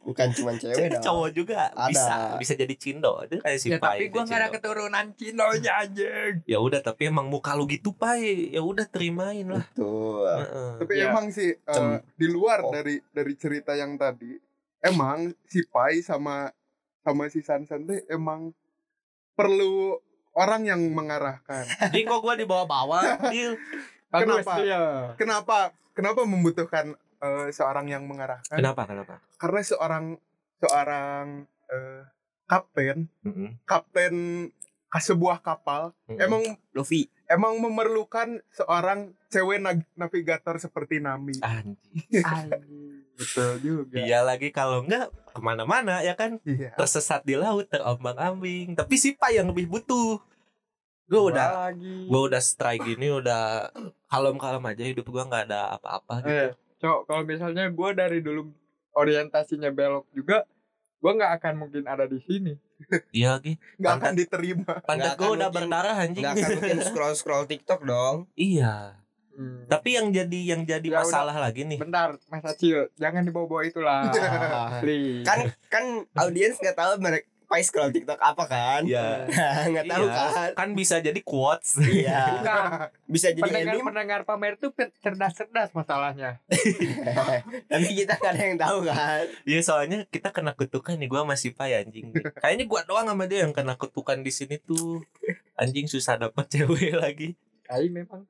S8: bukan cuma cewek dong
S7: <laughs> Cowok juga
S8: Ada.
S7: bisa bisa jadi cindo. Itu kayak si
S6: ya
S7: Pai
S6: tapi
S7: itu
S6: gue nggak ada
S7: cindo.
S6: keturunan cinonya anjing
S7: Ya udah tapi emang muka lu gitu Pai. Ya udah terimain lah.
S8: betul
S7: Heeh.
S2: Tapi
S6: Iya.
S2: emang sih eh,
S8: Cem-
S2: di luar
S8: Oh.
S2: dari dari cerita yang tadi, emang si Pai sama sama si Sansan teh emang perlu orang yang mengarahkan.
S7: Jadi kok gue dibawa-bawa, Dil?
S2: Kenapa?
S6: Iya.
S2: Kenapa? Kenapa membutuhkan eh, seorang yang mengarahkan?
S7: Kenapa? Kenapa?
S2: Karena seorang seorang eh, kapten, kapten sebuah kapal emang
S4: Luffy
S2: emang memerlukan seorang cewek nag- navigator seperti Nami. Betul juga.
S7: Iya lagi kalau enggak kemana-mana ya kan
S2: Iya.
S7: tersesat di laut terombang-ambing. Tapi siapa yang lebih butuh? Gue
S6: Gua
S7: udah
S6: lagi.
S7: gue udah strike gini udah kalem-kalem aja hidup gue nggak ada apa-apa gitu.
S6: Eh, cok, kalau misalnya gue dari dulu orientasinya belok juga, gue nggak akan mungkin ada di sini.
S7: Iya lagi.
S2: Nggak akan diterima.
S7: Pantat
S8: Nggak
S7: gue
S8: akan
S7: udah
S8: mungkin-
S7: berdarah anjing.
S2: <laughs>
S8: nggak akan mungkin scroll scroll TikTok dong
S7: iya.
S6: Hmm.
S7: Tapi yang jadi yang jadi
S6: Ya udah.
S7: masalah lagi nih.
S6: Bentar, Mas Acil, jangan dibawa-bawa
S7: <laughs>
S6: itulah. Please.
S8: kan <laughs> kan audiens nggak tahu mereka Pai scroll TikTok apa kan
S7: Iya.
S8: <laughs> nggak tahu
S7: Iya.
S8: kan
S7: Kan bisa jadi quotes. <laughs>
S8: iya
S6: Nah,
S8: bisa jadi
S6: pendengar
S8: anime
S6: pendengar pamer tuh pe- cerdas-cerdas masalahnya.
S8: tapi kita nggak ada yang tahu kan
S7: Iya soalnya kita kena kutukan nih gua masih pay anjing. Kayaknya gua doang sama dia yang kena kutukan di sini tuh. Anjing susah dapet <laughs> cewek lagi.
S6: Tapi memang.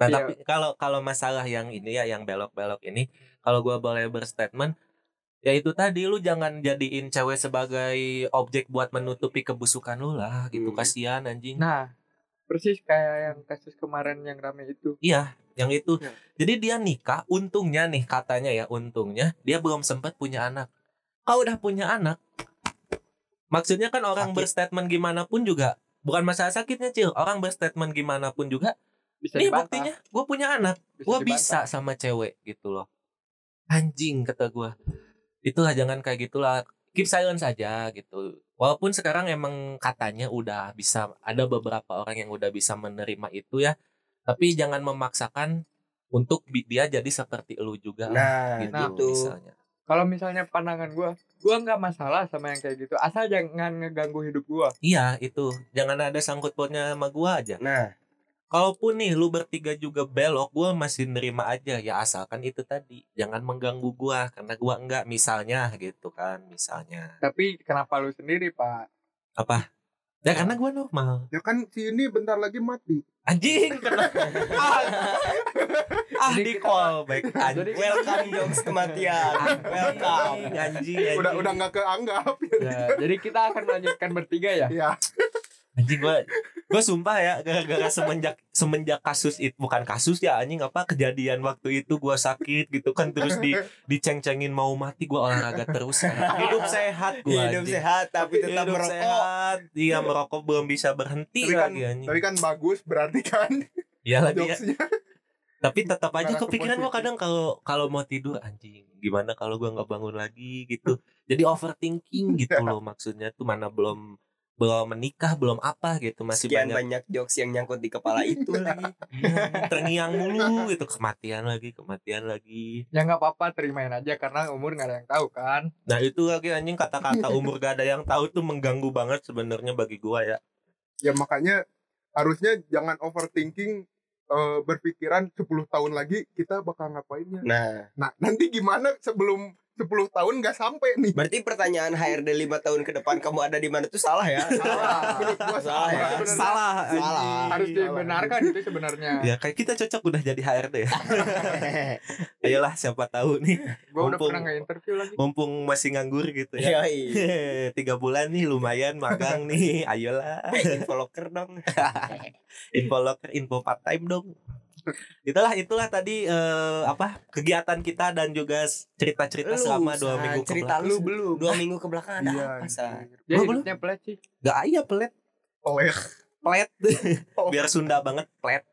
S7: Nah,
S6: Tapi, ya,
S7: tapi kalau kalau masalah yang ini ya yang belok-belok ini kalau gua boleh berstatement ya itu tadi lu jangan jadiin cewek sebagai objek buat menutupi kebusukan lu lah gitu kasihan
S6: Hmm.
S7: anjing.
S6: nah, persis kayak yang kasus kemarin yang rame itu.
S7: Iya, yang itu.
S2: Ya.
S7: Jadi dia nikah, untungnya nih katanya ya, untungnya dia belum sempat punya anak. Kau udah punya anak. Maksudnya kan orang berstatement gimana pun juga bukan masalah sakitnya cil orang berstatement gimana pun juga
S6: Bisa
S7: nih
S6: dibantah,
S7: buktinya gue punya anak gue
S6: dibantah.
S7: bisa sama cewek gitu loh anjing kata gue itulah jangan kayak gitulah keep silent saja gitu walaupun sekarang emang katanya udah bisa ada beberapa orang yang udah bisa menerima itu ya tapi jangan memaksakan untuk bi- dia jadi seperti lu juga
S8: nah
S7: gitu
S8: gitu
S7: misalnya
S6: Kalau misalnya pandangan gue, gue nggak masalah sama yang kayak gitu. Asal jangan ngeganggu hidup gue.
S7: iya itu jangan ada sangkut pautnya sama gua aja
S8: nah
S7: kalaupun nih lu bertiga juga belok gua masih nerima aja ya asalkan itu tadi jangan mengganggu gua karena gua enggak misalnya gitu kan misalnya
S6: Tapi kenapa lu sendiri, Pak?
S7: apa ya karena gua normal
S2: Ya kan si ini bentar lagi mati.
S7: anjing
S6: <laughs>
S7: kena ah, ah
S6: Jadi
S7: di
S6: kita-
S7: call back
S6: Jadi
S7: anjing
S6: kita-
S8: welcome jokes kematian welcome
S7: anjing anjing
S2: Udah udah
S7: iya.
S2: nggak keanggap.
S6: Ya, jadi kita akan melanjutkan bertiga ya.
S2: Iya.
S7: anjing gua gua sumpah ya gara-gara semenjak semenjak kasus itu bukan kasus ya anjing apa kejadian waktu itu gua sakit gitu kan terus di diceng-cengin mau mati gua olahraga terus kan. hidup sehat gua
S8: hidup
S7: anjing.
S8: sehat tapi tetap
S7: Hidup
S8: merokok
S7: sehat dia merokok belum bisa berhenti
S2: Tapi kan-
S7: lagi anjing
S2: Tapi kan bagus berarti kan
S7: ya lagi ya
S2: jokesnya.
S7: tapi tetap aja
S2: Narasi
S7: kepikiran gua
S2: positif.
S7: kadang kalau kalau mau tidur anjing gimana kalau gua nggak bangun lagi gitu jadi overthinking
S8: <laughs>
S7: gitu loh maksudnya tuh mana belum belum menikah belum apa gitu masih
S8: sekian
S7: banyak
S8: banyak jokes yang nyangkut di kepala
S7: <laughs>
S8: itu lagi
S7: Iya, terngiang mulu gitu kematian lagi kematian lagi
S6: Ya nggak apa-apa, terimain aja karena umur nggak ada yang tahu kan.
S7: nah itu lagi anjing
S8: <laughs>
S7: kata-kata umur gak ada yang tahu tuh mengganggu banget sebenarnya bagi gua ya
S2: Ya makanya harusnya jangan overthinking eh, berpikiran 10 tahun lagi kita bakal ngapain ya.
S8: nah
S2: Nah, nanti gimana sebelum 10 tahun nggak sampai nih.
S8: berarti pertanyaan HRD 5 tahun ke depan kamu ada di mana itu salah ya
S2: Menurut gua
S8: Salah ya?
S2: Sebenarnya
S7: salah anjing.
S8: Salah.
S7: Iya,
S6: Harus dibenarkan itu sebenarnya.
S7: ya kayak kita cocok udah jadi HRD
S8: <laughs>
S7: ya ayolah siapa tahu nih
S6: Gue udah
S7: Mumpung-
S6: pernah nggak interview lagi.
S7: mumpung masih nganggur gitu ya
S8: Yoi.
S7: <laughs> tiga bulan nih lumayan magang
S8: <laughs>
S7: nih ayolah
S8: info locker dong
S7: info locker info part time dong itulah itulah tadi eh, apa kegiatan kita dan juga s- cerita-cerita
S8: Lu,
S7: selama dua
S8: San,
S7: minggu
S8: cerita
S7: kebelakang.
S8: lu belum dua minggu ke belakang ada
S2: Iya,
S8: apa San?
S6: Dia
S7: Gua
S6: hidupnya peleci.
S7: gak iya pelet
S2: oleh
S7: pelet biar Sunda banget pelet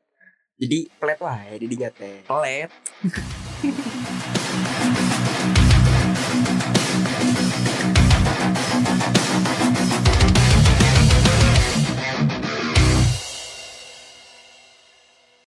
S8: jadi pelet lah ya didinya teh
S7: pelet